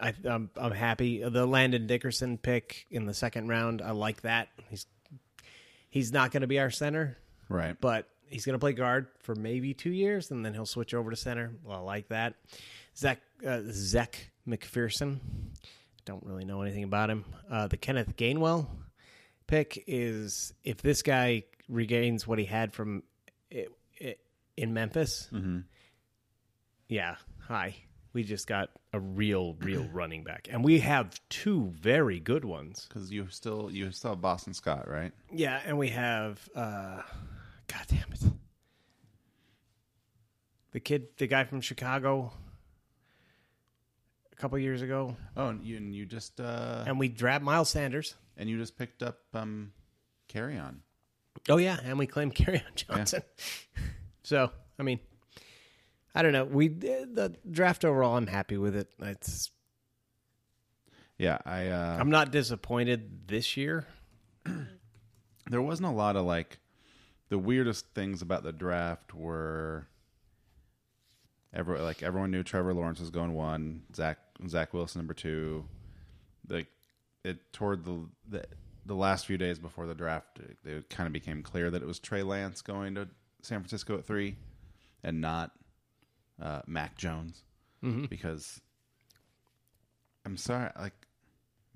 S2: I, I'm, I'm happy the landon dickerson pick in the second round i like that he's he's not going to be our center
S1: right.
S2: but he's going to play guard for maybe two years and then he'll switch over to center well, i like that zach uh, zach mcpherson don't really know anything about him uh, the kenneth gainwell pick is if this guy regains what he had from it, it, in memphis yeah hi we just got a real real running back and we have two very good ones
S1: because you still you still have Boston Scott, right?
S2: yeah, and we have uh God damn it. The kid the guy from Chicago a couple years ago.
S1: Oh, and you and you just uh,
S2: And we draft Miles Sanders.
S1: and you just picked up um, carry on.
S2: Oh yeah, and we claim Carry on Johnson. so, I mean I don't know. We the draft overall I'm happy with it. It's
S1: Yeah, I uh,
S2: I'm not disappointed this year.
S1: there wasn't a lot of like the weirdest things about the draft were every like everyone knew Trevor Lawrence was going one, Zach Zach Wilson number two. Like it toward the the, the last few days before the draft, it, it kind of became clear that it was Trey Lance going to San Francisco at three, and not uh, Mac Jones because I'm sorry, like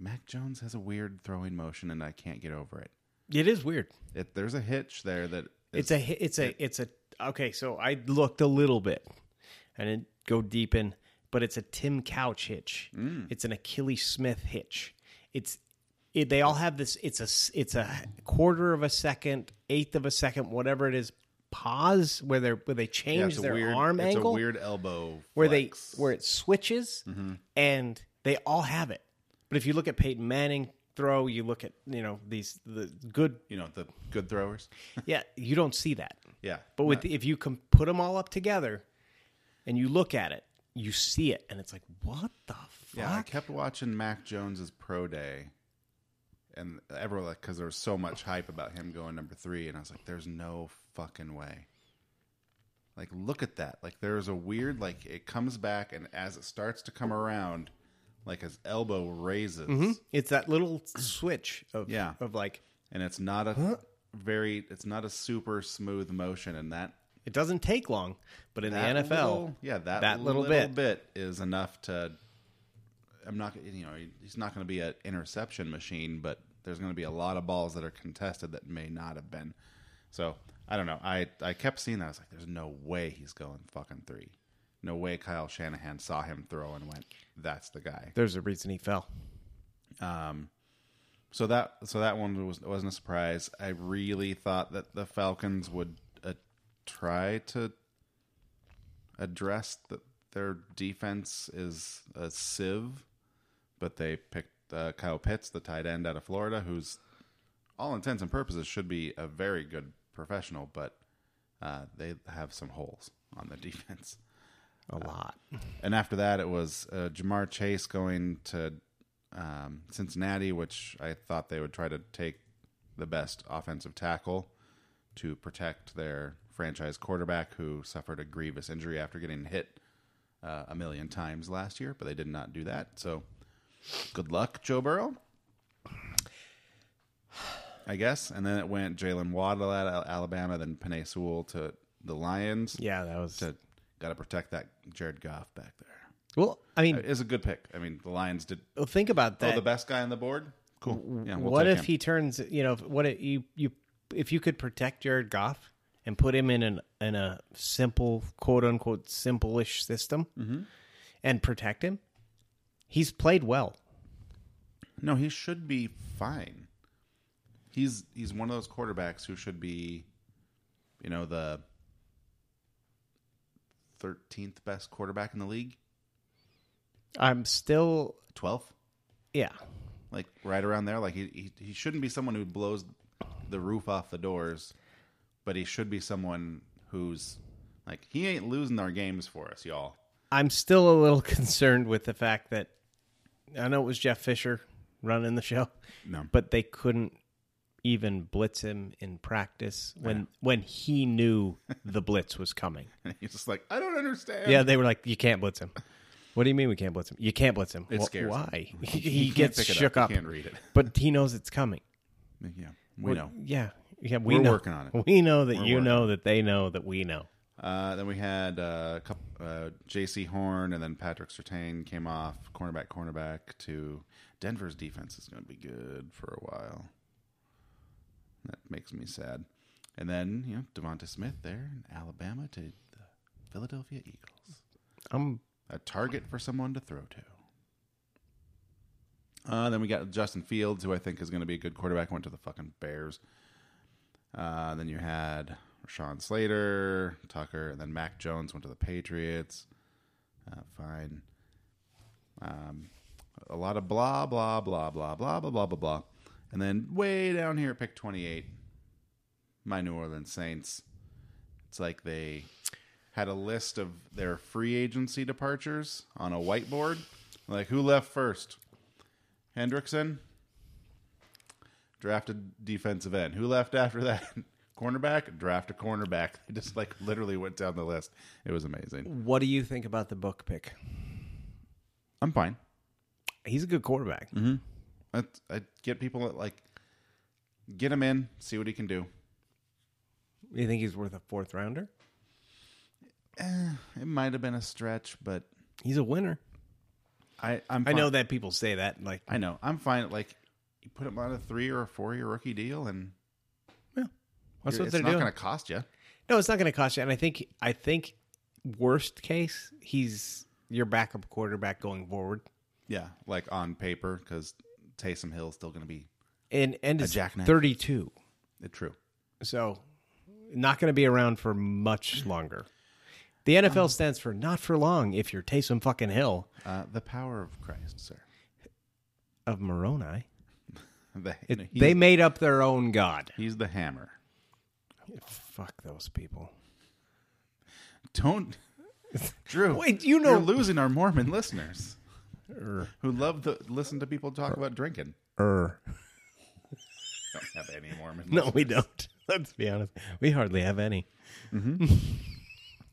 S1: Mac Jones has a weird throwing motion, and I can't get over it
S2: It is weird.
S1: it, there's a hitch there that
S2: It's a hi- it's a it's a okay. So I looked a little bit, I didn't go deep in, but it's a Tim Couch hitch.
S1: Mm.
S2: It's an Achilles Smith hitch. It's it, they all have this. It's a s- it's a quarter of a second, eighth of a second, whatever it is. Pause where they where they
S1: yeah,
S2: change
S1: it's a
S2: their
S1: weird
S2: arm
S1: it's
S2: angle
S1: a weird elbow
S2: where
S1: flex. Mm-hmm.
S2: they where it switches and they all have it. But if you look at Peyton Manning throw, you look at you know these the good
S1: you know the good throwers.
S2: yeah you don't see that.
S1: Yeah,
S2: But with if you can put them all up together, and you look at it, you see it, and it's like, what the fuck?
S1: yeah, I kept watching Mac Jones's pro day, and everyone like because there was so much hype about him going number three, and I was like, there's no fucking way. Like, look at that! Like, there's a weird like it comes back, and as it starts to come around, like his elbow raises,
S2: It's that little switch of
S1: Yeah.
S2: of like
S1: and it's not a very, it's not a super smooth motion, and that
S2: it doesn't take long, but in the
S1: That
S2: NFL,
S1: little- yeah, that,
S2: that little bit.
S1: is enough to. I'm not, you know, he's not going to be an interception machine, but there's going to be a lot of balls that are contested that may not have been. So I don't know. I I kept seeing that. I was like, there's no way he's going fucking three. No way Kyle Shanahan saw him throw and went, that's the guy.
S2: there's a reason he fell.
S1: Um, so that so that one was wasn't a surprise. I really thought that the Falcons would uh, try to address that their defense is a sieve, but they picked uh, Kyle Pitts, the tight end out of Florida, who's all intents and purposes should be a very good professional, but uh, they have some holes on the defense.
S2: A lot.
S1: And after that, it was uh, Jamar Chase going to um, Cincinnati, which I thought they would try to take the best offensive tackle to protect their franchise quarterback, who suffered a grievous injury after getting hit uh, a million times last year, but they did not do that. So good luck, Joe Burrow. I guess. And then it went Jalen Waddle at Al- Alabama, then Panay Sewell to the Lions.
S2: Yeah, that was
S1: To got to protect that Jared Goff back there.
S2: well. I mean,
S1: It is a good pick. I mean, the Lions did.
S2: well, think about
S1: Oh,
S2: that.
S1: the best guy on the board. Cool. Yeah, we'll
S2: what
S1: take
S2: if
S1: him.
S2: he turns? You know, if- what if you you if you could protect Jared Goff and put him in an in a simple quote unquote simple-ish system
S1: Mm-hmm.
S2: and protect him? He's played well.
S1: No, he should be fine. He's he's one of those quarterbacks who should be, you know, the thirteenth best quarterback in the league,
S2: I'm still
S1: twelfth,
S2: yeah.
S1: like right around there. Like he, he he shouldn't be someone who blows the roof off the doors, but he should be someone who's like he ain't losing our games for us, y'all.
S2: I'm still a little concerned with the fact that I know it was Jeff Fisher running the show,
S1: No.
S2: but they couldn't even blitz him in practice when when he knew the blitz was coming.
S1: And he's just like, I don't understand.
S2: Yeah, they were like, "You can't blitz him." What do you mean we can't blitz him? You can't blitz him.
S1: It
S2: Wh-
S1: scares
S2: Why?
S1: him.
S2: He,
S1: He can't
S2: gets
S1: pick it
S2: shook
S1: He
S2: up,
S1: can't read it.
S2: but he knows it's coming.
S1: Yeah, we know.
S2: Yeah, yeah. We
S1: We're
S2: know.
S1: working on it.
S2: We know that you
S1: working
S2: know that they know that we know.
S1: Uh, then we had uh, a couple, uh, J.C. Horn and then Patrick Sertain came off cornerback, cornerback to Denver's defense is going to be good for a while. That makes me sad. And then you know Devonta Smith there in Alabama to the Philadelphia Eagles,
S2: I'm
S1: a target for someone to throw to. Uh, then we got Justin Fields, who I think is going to be a good quarterback. Went to the fucking Bears. Uh, then you had Rashawn Slater, Tucker, and then Mac Jones went to the Patriots. Uh, fine. Um, a lot of blah, blah, blah, blah, blah, blah, blah, blah, blah. And then way down here at pick 28, my New Orleans Saints. It's like they had a list of their free agency departures on a whiteboard. Like, who left first? Hendrickson, drafted defensive end. Who left after that? cornerback, draft a cornerback. They just like literally went down the list. It was amazing.
S2: What do you think about the book pick?
S1: I'm fine.
S2: He's a good quarterback.
S1: Mm-hmm. I, I get people that like get him in, see what he can do.
S2: You think he's worth a fourth rounder?
S1: It might have been a stretch, but
S2: He's a winner.
S1: I I'm
S2: I
S1: fine.
S2: know that people say that. Like,
S1: I know I'm fine. Like you put him on a three or a four year rookie deal, and
S2: yeah, that's
S1: you're-
S2: what
S1: it's
S2: they're
S1: not
S2: doing.
S1: going to cost you.
S2: No, it's not going to cost you. And I think, I think, worst case, he's your backup quarterback going forward.
S1: Yeah, like on paper because Taysom Hill is still going to be
S2: And and is
S1: jackknife.
S2: thirty-two,
S1: true.
S2: so not going to be around for much longer. The NFL stands for not for long. If you're Taysom fucking Hill
S1: Uh, the power of Christ, sir.
S2: of Moroni,
S1: The,
S2: it,
S1: he's,
S2: they made up their own god.
S1: he's the hammer.
S2: Fuck those people.
S1: Don't, Drew.
S2: Wait, you
S1: you're
S2: know,
S1: losing our Mormon listeners who love to listen to people talk about drinking.
S2: er.
S1: Don't have any Mormon.
S2: No,
S1: listeners.
S2: we don't. Let's be honest. We hardly have any. Mm-hmm.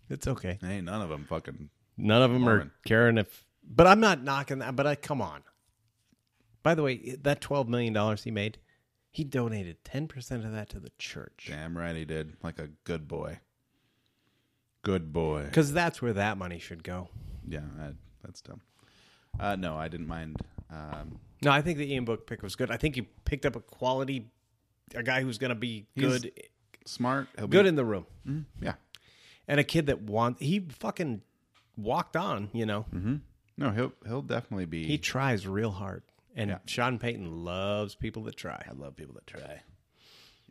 S2: it's okay.
S1: Hey, none of them fucking.
S2: None of them
S1: Mormon.
S2: are caring if. But I'm not knocking that. But I come on. By the way, that twelve million dollars he made, he donated ten percent of that to the church
S1: Damn right he did. Like a good boy. Good boy.
S2: because that's where that money should go.
S1: Yeah, I, that's dumb. Uh, no, I didn't mind. Um,
S2: No, I think the Ian Book pick was good. I think you picked up a quality, a guy who's going to be good,
S1: smart. He'll
S2: good in the room,
S1: Be, yeah.
S2: and a kid that wants. He fucking walked on. You know,
S1: Mm-hmm. No, he'll he'll definitely be.
S2: he tries real hard, and Sean Payton loves people that try.
S1: I love people that try.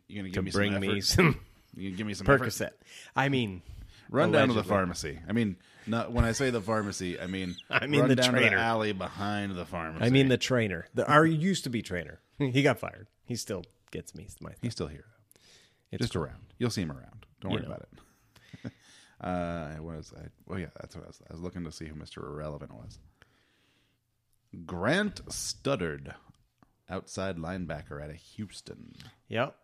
S1: You gonna give
S2: To
S1: me
S2: bring
S1: some
S2: me
S1: effort?
S2: some
S1: You gonna give me some effort?
S2: Percocet. I mean,
S1: Run down to the
S2: Allegedly.
S1: pharmacy. I mean, not when I say the pharmacy, I mean
S2: I mean
S1: run
S2: the
S1: down to
S2: trainer.
S1: the alley behind the pharmacy.
S2: I mean the trainer. The our used to be trainer. he got fired. He still gets me my
S1: he's still here.
S2: It's
S1: Just around. You'll see him around. Don't worry
S2: know.
S1: about it. uh, what is I? Oh yeah, that's what I was. I was looking to see who Mister Irrelevant was. Grant Studdard, outside linebacker out of Houston,
S2: Yep.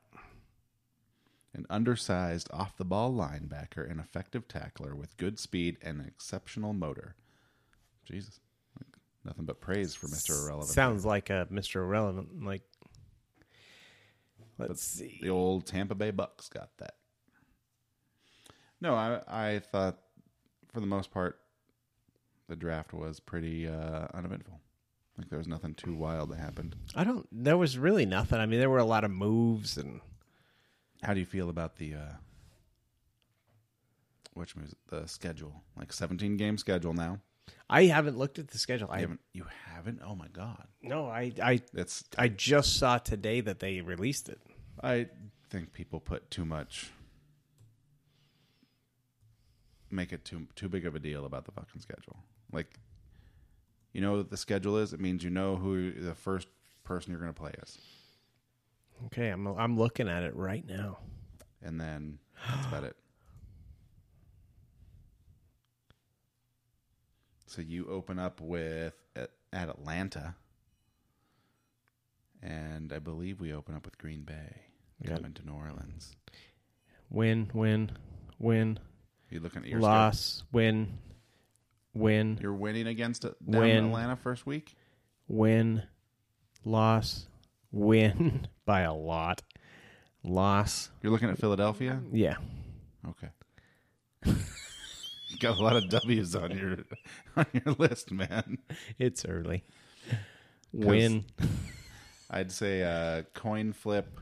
S1: an undersized off-the-ball linebacker, an effective tackler with good speed and an exceptional motor. Jesus, like, nothing but praise for Mister Irrelevant.
S2: Sounds like a Mr. Irrelevant. Like, let's see.
S1: the old Tampa Bay Bucks got that. No, I I thought for the most part the draft was pretty uh, uneventful. Like there was nothing too wild that happened.
S2: I don't. There was really nothing. I mean, there were a lot of moves and
S1: How do you feel about the uh, which was the schedule? Like seventeen game schedule now.
S2: I haven't looked at the schedule. I
S1: You haven't you haven't? Oh my god.
S2: no. I I
S1: That's
S2: I just saw today that they released it.
S1: I think people put too much make it too too big of a deal about the fucking schedule. Like you know what the schedule is, it means you know who the first person you're going to play is.
S2: Okay, I'm I'm looking at it right now.
S1: And then that's about it. So you open up with at at Atlanta, and I believe we open up with Green Bay
S2: Yeah.
S1: coming to New Orleans.
S2: Win, win, win,
S1: You looking at your
S2: loss, win, win,
S1: You're winning against it down in
S2: Win.
S1: Atlanta first week.
S2: win, loss, win by a lot. Loss.
S1: You're looking at Philadelphia.
S2: Yeah.
S1: Okay. you got a lot of W's on your on your list, man.
S2: It's early. Win.
S1: I'd say uh, coin flip,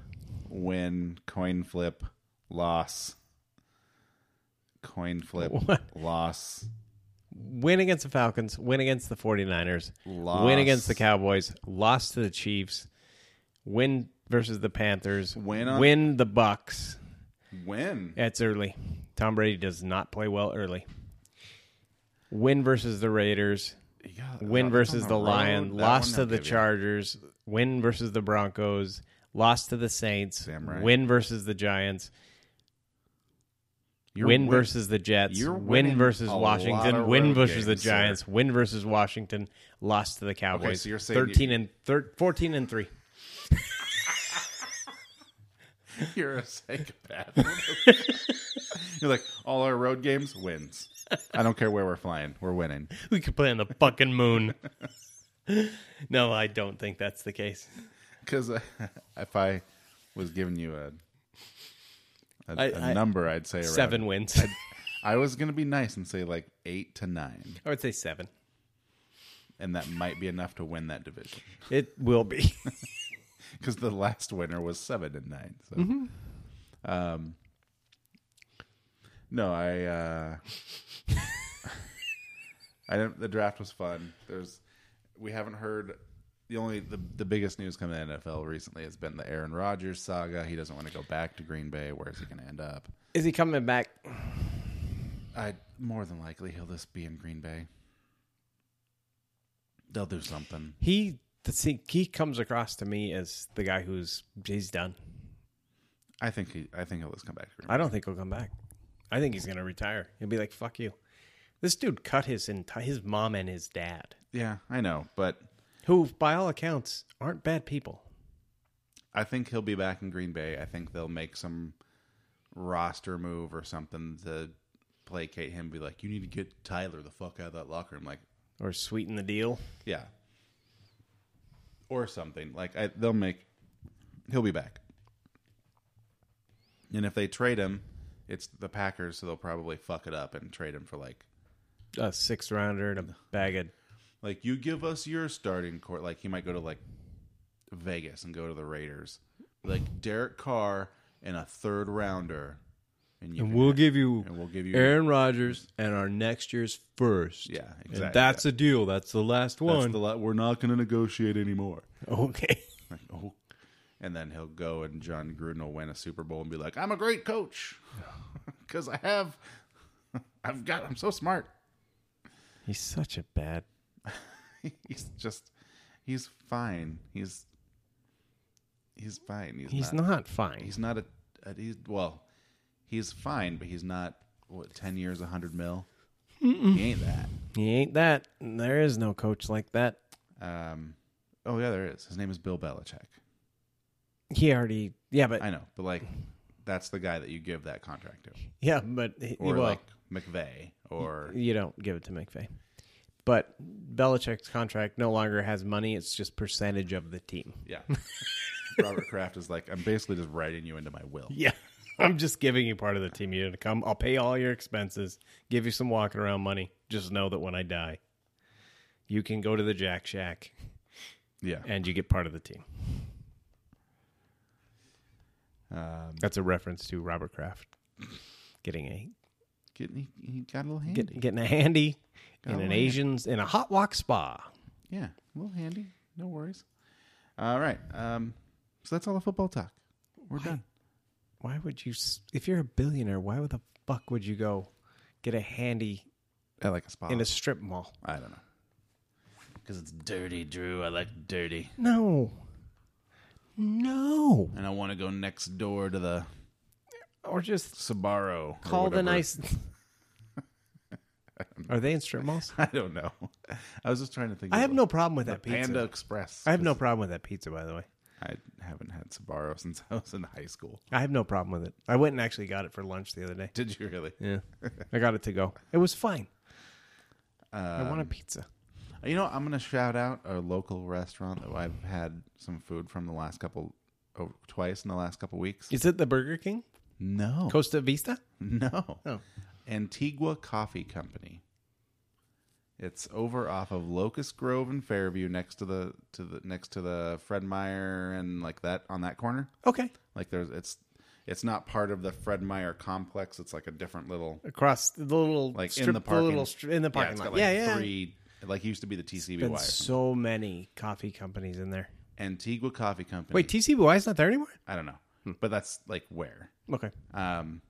S1: win, coin flip, loss, coin flip, loss,
S2: Win against the Falcons, win against the 49ers,
S1: loss,
S2: win against the Cowboys, loss to the Chiefs, win versus the Panthers,
S1: Win on-
S2: win the Bucks.
S1: win.
S2: That's early. Tom Brady does not play well early. Win versus the Raiders,
S1: You got-
S2: win
S1: that's
S2: versus
S1: on
S2: the
S1: road.
S2: Lions,
S1: That
S2: loss
S1: one
S2: to
S1: they'll
S2: the
S1: give you.
S2: Chargers, win versus the Broncos, loss to the Saints,
S1: Damn right.
S2: win versus the Giants,
S1: You're
S2: win,
S1: win-
S2: versus the Jets,
S1: you're
S2: win
S1: winning
S2: versus
S1: a lot
S2: Washington,
S1: of
S2: win
S1: road
S2: versus the
S1: games, sir.
S2: Giants, win versus Washington, lost to the Cowboys.
S1: so you're saying you-
S2: 13 and thir- 14 and 3.
S1: You're a psychopath. You're like all our road games wins. I don't care where we're flying, we're winning.
S2: We could play on the fucking moon. no, I don't think that's the case.
S1: Because uh, if I was giving you a a
S2: I-
S1: a
S2: I-
S1: number, I'd say around,
S2: 7 wins. I,
S1: I was gonna be nice and say like eight to nine,
S2: would say 7.
S1: and that might be enough to win that division.
S2: It will be.
S1: Because the last winner was seven and nine. So, um, no, I uh, I don't, the draft was fun. There's we haven't heard the only the, the biggest news coming in the NFL recently has been the Aaron Rodgers saga. He doesn't want to go back to Green Bay. Where is he going to end up?
S2: Is he coming back?
S1: I more than likely he'll just be in Green Bay. They'll do something.
S2: He the see, he comes across to me as the guy who's he's done.
S1: I think he. I think he'll just come back to Green Bay.
S2: I don't think he'll come back. I think he's going to retire. He'll be like, "Fuck you." This dude cut his entire his mom and his dad,
S1: Yeah, I know, but
S2: who by all accounts aren't bad people.
S1: I think he'll be back in Green Bay. I think they'll make some roster move or something to placate him. Be like, you need to get Tyler the fuck out of that locker room. Like,
S2: Or sweeten the deal.
S1: yeah, or something. Like, I, they'll make. He'll be back. And if they trade him, it's the Packers, so they'll probably fuck it up and trade him for like
S2: A sixth rounder and a bag of
S1: Like you give us your starting court. Like he might go to like Vegas and go to the Raiders. Like Derek Carr and a third rounder, and you
S2: and
S1: can-
S2: we'll give you
S1: and we'll give you
S2: Aaron Rodgers and our next year's first.
S1: Yeah, exactly.
S2: And that's the deal. That's the last
S1: That's
S2: one.
S1: the lot. We're not going to negotiate anymore.
S2: okay.
S1: Like, oh. And then he'll go and John Gruden will win a Super Bowl and be like, "I'm a great coach because I have, I've got, I'm so smart."
S2: He's such a bad.
S1: he's just, he's fine. He's, he's fine. He's,
S2: He's
S1: not
S2: not fine.
S1: He's not a, a he's, well, he's fine, but he's not what ten years, a hundred mil. He ain't that.
S2: He ain't that. There is no coach like that.
S1: Um, oh yeah, there is. His name is Bill Belichick.
S2: He already. Yeah, but
S1: I know, but like, that's the guy that you give that contract to,
S2: yeah, but he,
S1: or
S2: well,
S1: like McVay, or
S2: you don't give it to McVay. But Belichick's contract no longer has money; it's just percentage of the team.
S1: yeah. Robert Kraft is like, I'm basically just writing you into my will.
S2: Yeah, I'm just giving you part of the team. You didn't come. I'll pay all your expenses, give you some walking around money. Just know that when I die, you can go to the Jack Shack
S1: Yeah.
S2: and you get part of the team.
S1: Um,
S2: That's a reference to Robert Kraft getting a
S1: getting, he, he got a little handy.
S2: get, getting a handy in an Asian's in a hot walk spa.
S1: yeah, a little handy. No worries. All right. Um, so that's all the football talk. We're done.
S2: Why would you? s- If you're a billionaire, why would the fuck would you go get a handy
S1: I like a spot.
S2: in a strip mall?
S1: I don't know. Because it's dirty, Drew. I like dirty.
S2: No. No.
S1: And I want to go next door to the
S2: Or just
S1: Sabaro. or
S2: call the
S1: whatever.
S2: nice Are they in strip malls?
S1: I don't know. I was just trying to think.
S2: I
S1: of
S2: have
S1: what-
S2: no problem with that pizza.
S1: Panda Express.
S2: I have no problem with that pizza, by the way.
S1: I haven't had Sabaro since I was in high school.
S2: I have no problem with it. I went and actually got it for lunch the other day.
S1: Did you really?
S2: Yeah, I got it to go. It was fine.
S1: Um,
S2: I want a pizza.
S1: You know, I'm going to shout out a local restaurant that I've had some food from the last couple, oh, twice in the last couple weeks.
S2: Is it the Burger King?
S1: No,
S2: Costa Vista?
S1: no,
S2: Oh.
S1: Antigua Coffee Company. It's over off of Locust Grove and Fairview, next to the to the next to the Fred Meyer and like that on that corner.
S2: Okay.
S1: Like there's it's it's not part of the Fred Meyer complex. It's like a different little
S2: Across the little
S1: like
S2: strip,
S1: in the parking
S2: little str- in the
S1: yeah,
S2: parking
S1: it's got
S2: lot.
S1: like
S2: yeah, yeah.
S1: three like used to be the TCBY.
S2: Been so many coffee companies in there.
S1: Antigua Coffee Company.
S2: Wait, Hmm. TCBY is not there anymore?
S1: I don't know, but that's like where
S2: Okay.
S1: um,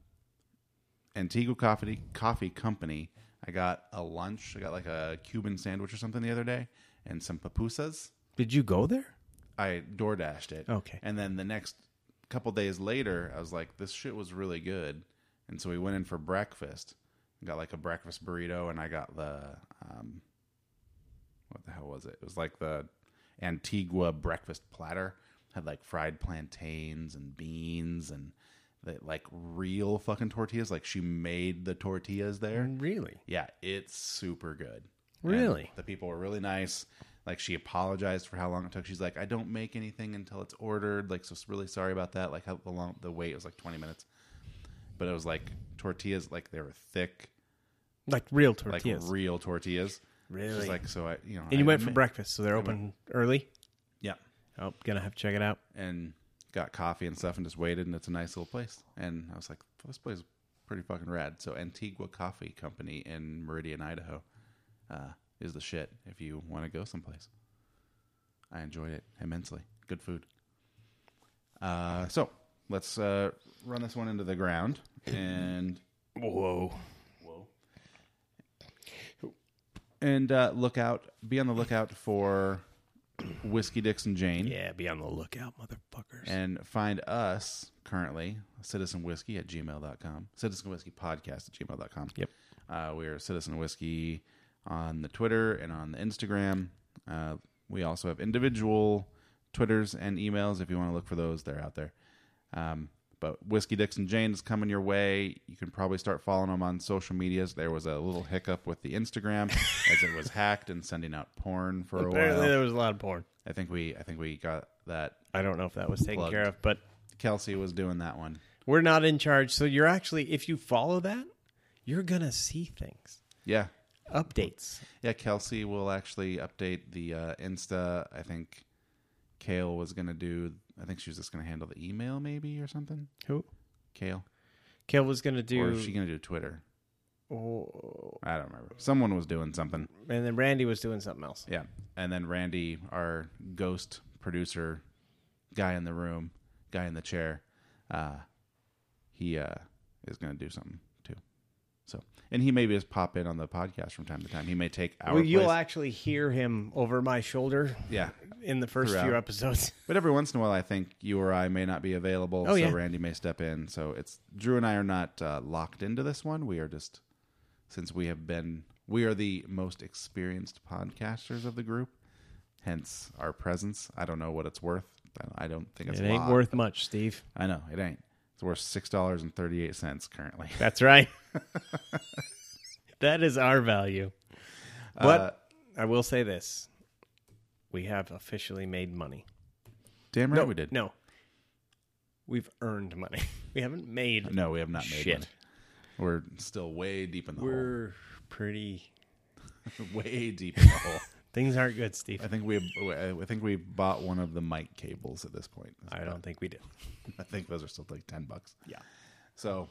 S1: Antigua Coffee Coffee Company. I got a lunch. I got like a Cuban sandwich or something the other day, and some pupusas.
S2: Did you go there?
S1: I door dashed it.
S2: Okay.
S1: And then the next couple days later, I was like, this shit was really good. And so we went in for breakfast. Got like a breakfast burrito, and I got the um, what the hell was it? It was like the Antigua breakfast platter. Had like fried plantains and beans and the, like real fucking tortillas. Like she made the tortillas there.
S2: Really?
S1: Yeah, it's super good.
S2: Really?
S1: And the people were really nice. Like she apologized for how long it took. She's like, I don't make anything until it's ordered. Like, so it's really sorry about that. Like how the long the wait was like twenty minutes. But it was like tortillas, like they were thick,
S2: Like real
S1: like
S2: tortillas.
S1: real tortillas.
S2: Really?
S1: She's like, so I you know
S2: and you went for breakfast, so they're open early.
S1: Yeah.
S2: Oh, gonna have to check it out.
S1: And got coffee and stuff and just waited and it's a nice little place. And I was like, this place is pretty fucking rad. So Antigua Coffee Company in Meridian, Idaho, uh, is the shit if you want to go someplace. I enjoyed it immensely. Good food. Uh, so let's uh, run this one into the ground. And
S2: Whoa.
S1: and uh, look out, be on the lookout for Whiskey Dixon Jane.
S2: Yeah, be on the lookout, motherfuckers.
S1: and find us currently citizen whiskey at gmail.com citizen whiskey podcast at gmail.com
S2: Yep.
S1: uh, we are citizen whiskey on the twitter and on the instagram uh, we also have individual twitters and emails if you want to look for those they're out there um, but whiskey dixon jane is coming your way you can probably start following them on social medias there was a little hiccup with the instagram as it was hacked and sending out porn for a
S2: Apparently
S1: while
S2: there was a lot of porn.
S1: i think we i think we got that
S2: I don't know if that was taken
S1: Plugged.
S2: care of, but
S1: kelsey was doing that one
S2: we're not in charge. So you're actually, if you follow that, you're gonna see things,
S1: yeah
S2: updates.
S1: Yeah, Kelsey will actually update the uh, Insta. I think Kale was going to do, I think she was just going to handle the email maybe or something.
S2: Who?
S1: Kale.
S2: Kale was gonna
S1: Or
S2: do,
S1: is she going to do Twitter?
S2: oh,
S1: I don't remember. Someone was doing something.
S2: and then Randy was doing something else.
S1: Yeah. And then Randy, our ghost producer, guy in the room, guy in the chair, uh, he uh, is going to do something too. So, and he may just pop in on the podcast from time to time. He may take our
S2: Well, you'll
S1: place.
S2: actually hear him over my shoulder
S1: yeah.
S2: in the first few
S1: Throughout.
S2: episodes.
S1: But every once in a while, I think you or I may not be available, so
S2: Oh, yeah.
S1: Randy may step in. So it's Drew and I are not uh, locked into this one. We are just since we have been, we are the most experienced podcasters of the group. Hence our presence. I don't know what it's worth. I don't think it's
S2: it
S1: a
S2: ain't
S1: lot.
S2: worth much, Steve.
S1: I know it ain't. It's worth six dollars and thirty eight cents currently.
S2: That's right. that is our value. But
S1: Uh,
S2: I will say this. We have officially made money.
S1: Damn right we did.
S2: No. We've earned money. We haven't made
S1: No, we have not made
S2: Shit.
S1: money. We're still way deep in the
S2: We're pretty
S1: hole. Way deep in the hole.
S2: things aren't good, Steve.
S1: I think we I think we bought one of the mic cables at this point.
S2: I don't think we did.
S1: I think those are still like ten bucks.
S2: Yeah.
S1: So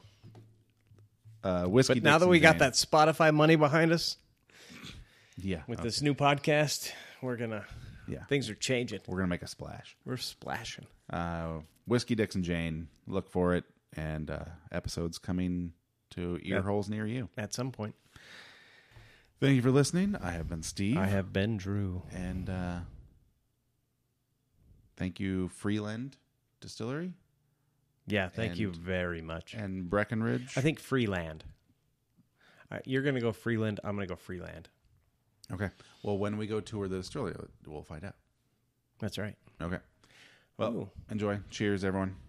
S1: uh whiskey.
S2: But now that
S1: Dixon
S2: we got
S1: Jane-
S2: that Spotify money behind us
S1: yeah,
S2: with
S1: uh,
S2: this new podcast, we're gonna
S1: yeah,
S2: things are changing.
S1: we're gonna make a splash.
S2: We're splashing.
S1: Uh, whiskey Dixon Jane, look for it, and uh, episodes coming to ear holes near you.
S2: At some point.
S1: Thank you for listening. I have been Steve,
S2: I have been Drew.
S1: and uh, thank you Freeland Distillery
S2: Yeah, thank you
S1: And-
S2: very much.
S1: and Breckenridge.
S2: I think Freeland. I All right, you're gonna go Freeland. I'm gonna go Freeland.
S1: Okay. Well, when we go tour the distillery, we'll find out.
S2: That's right.
S1: Okay. Well,
S2: Ooh.
S1: enjoy. Cheers, everyone.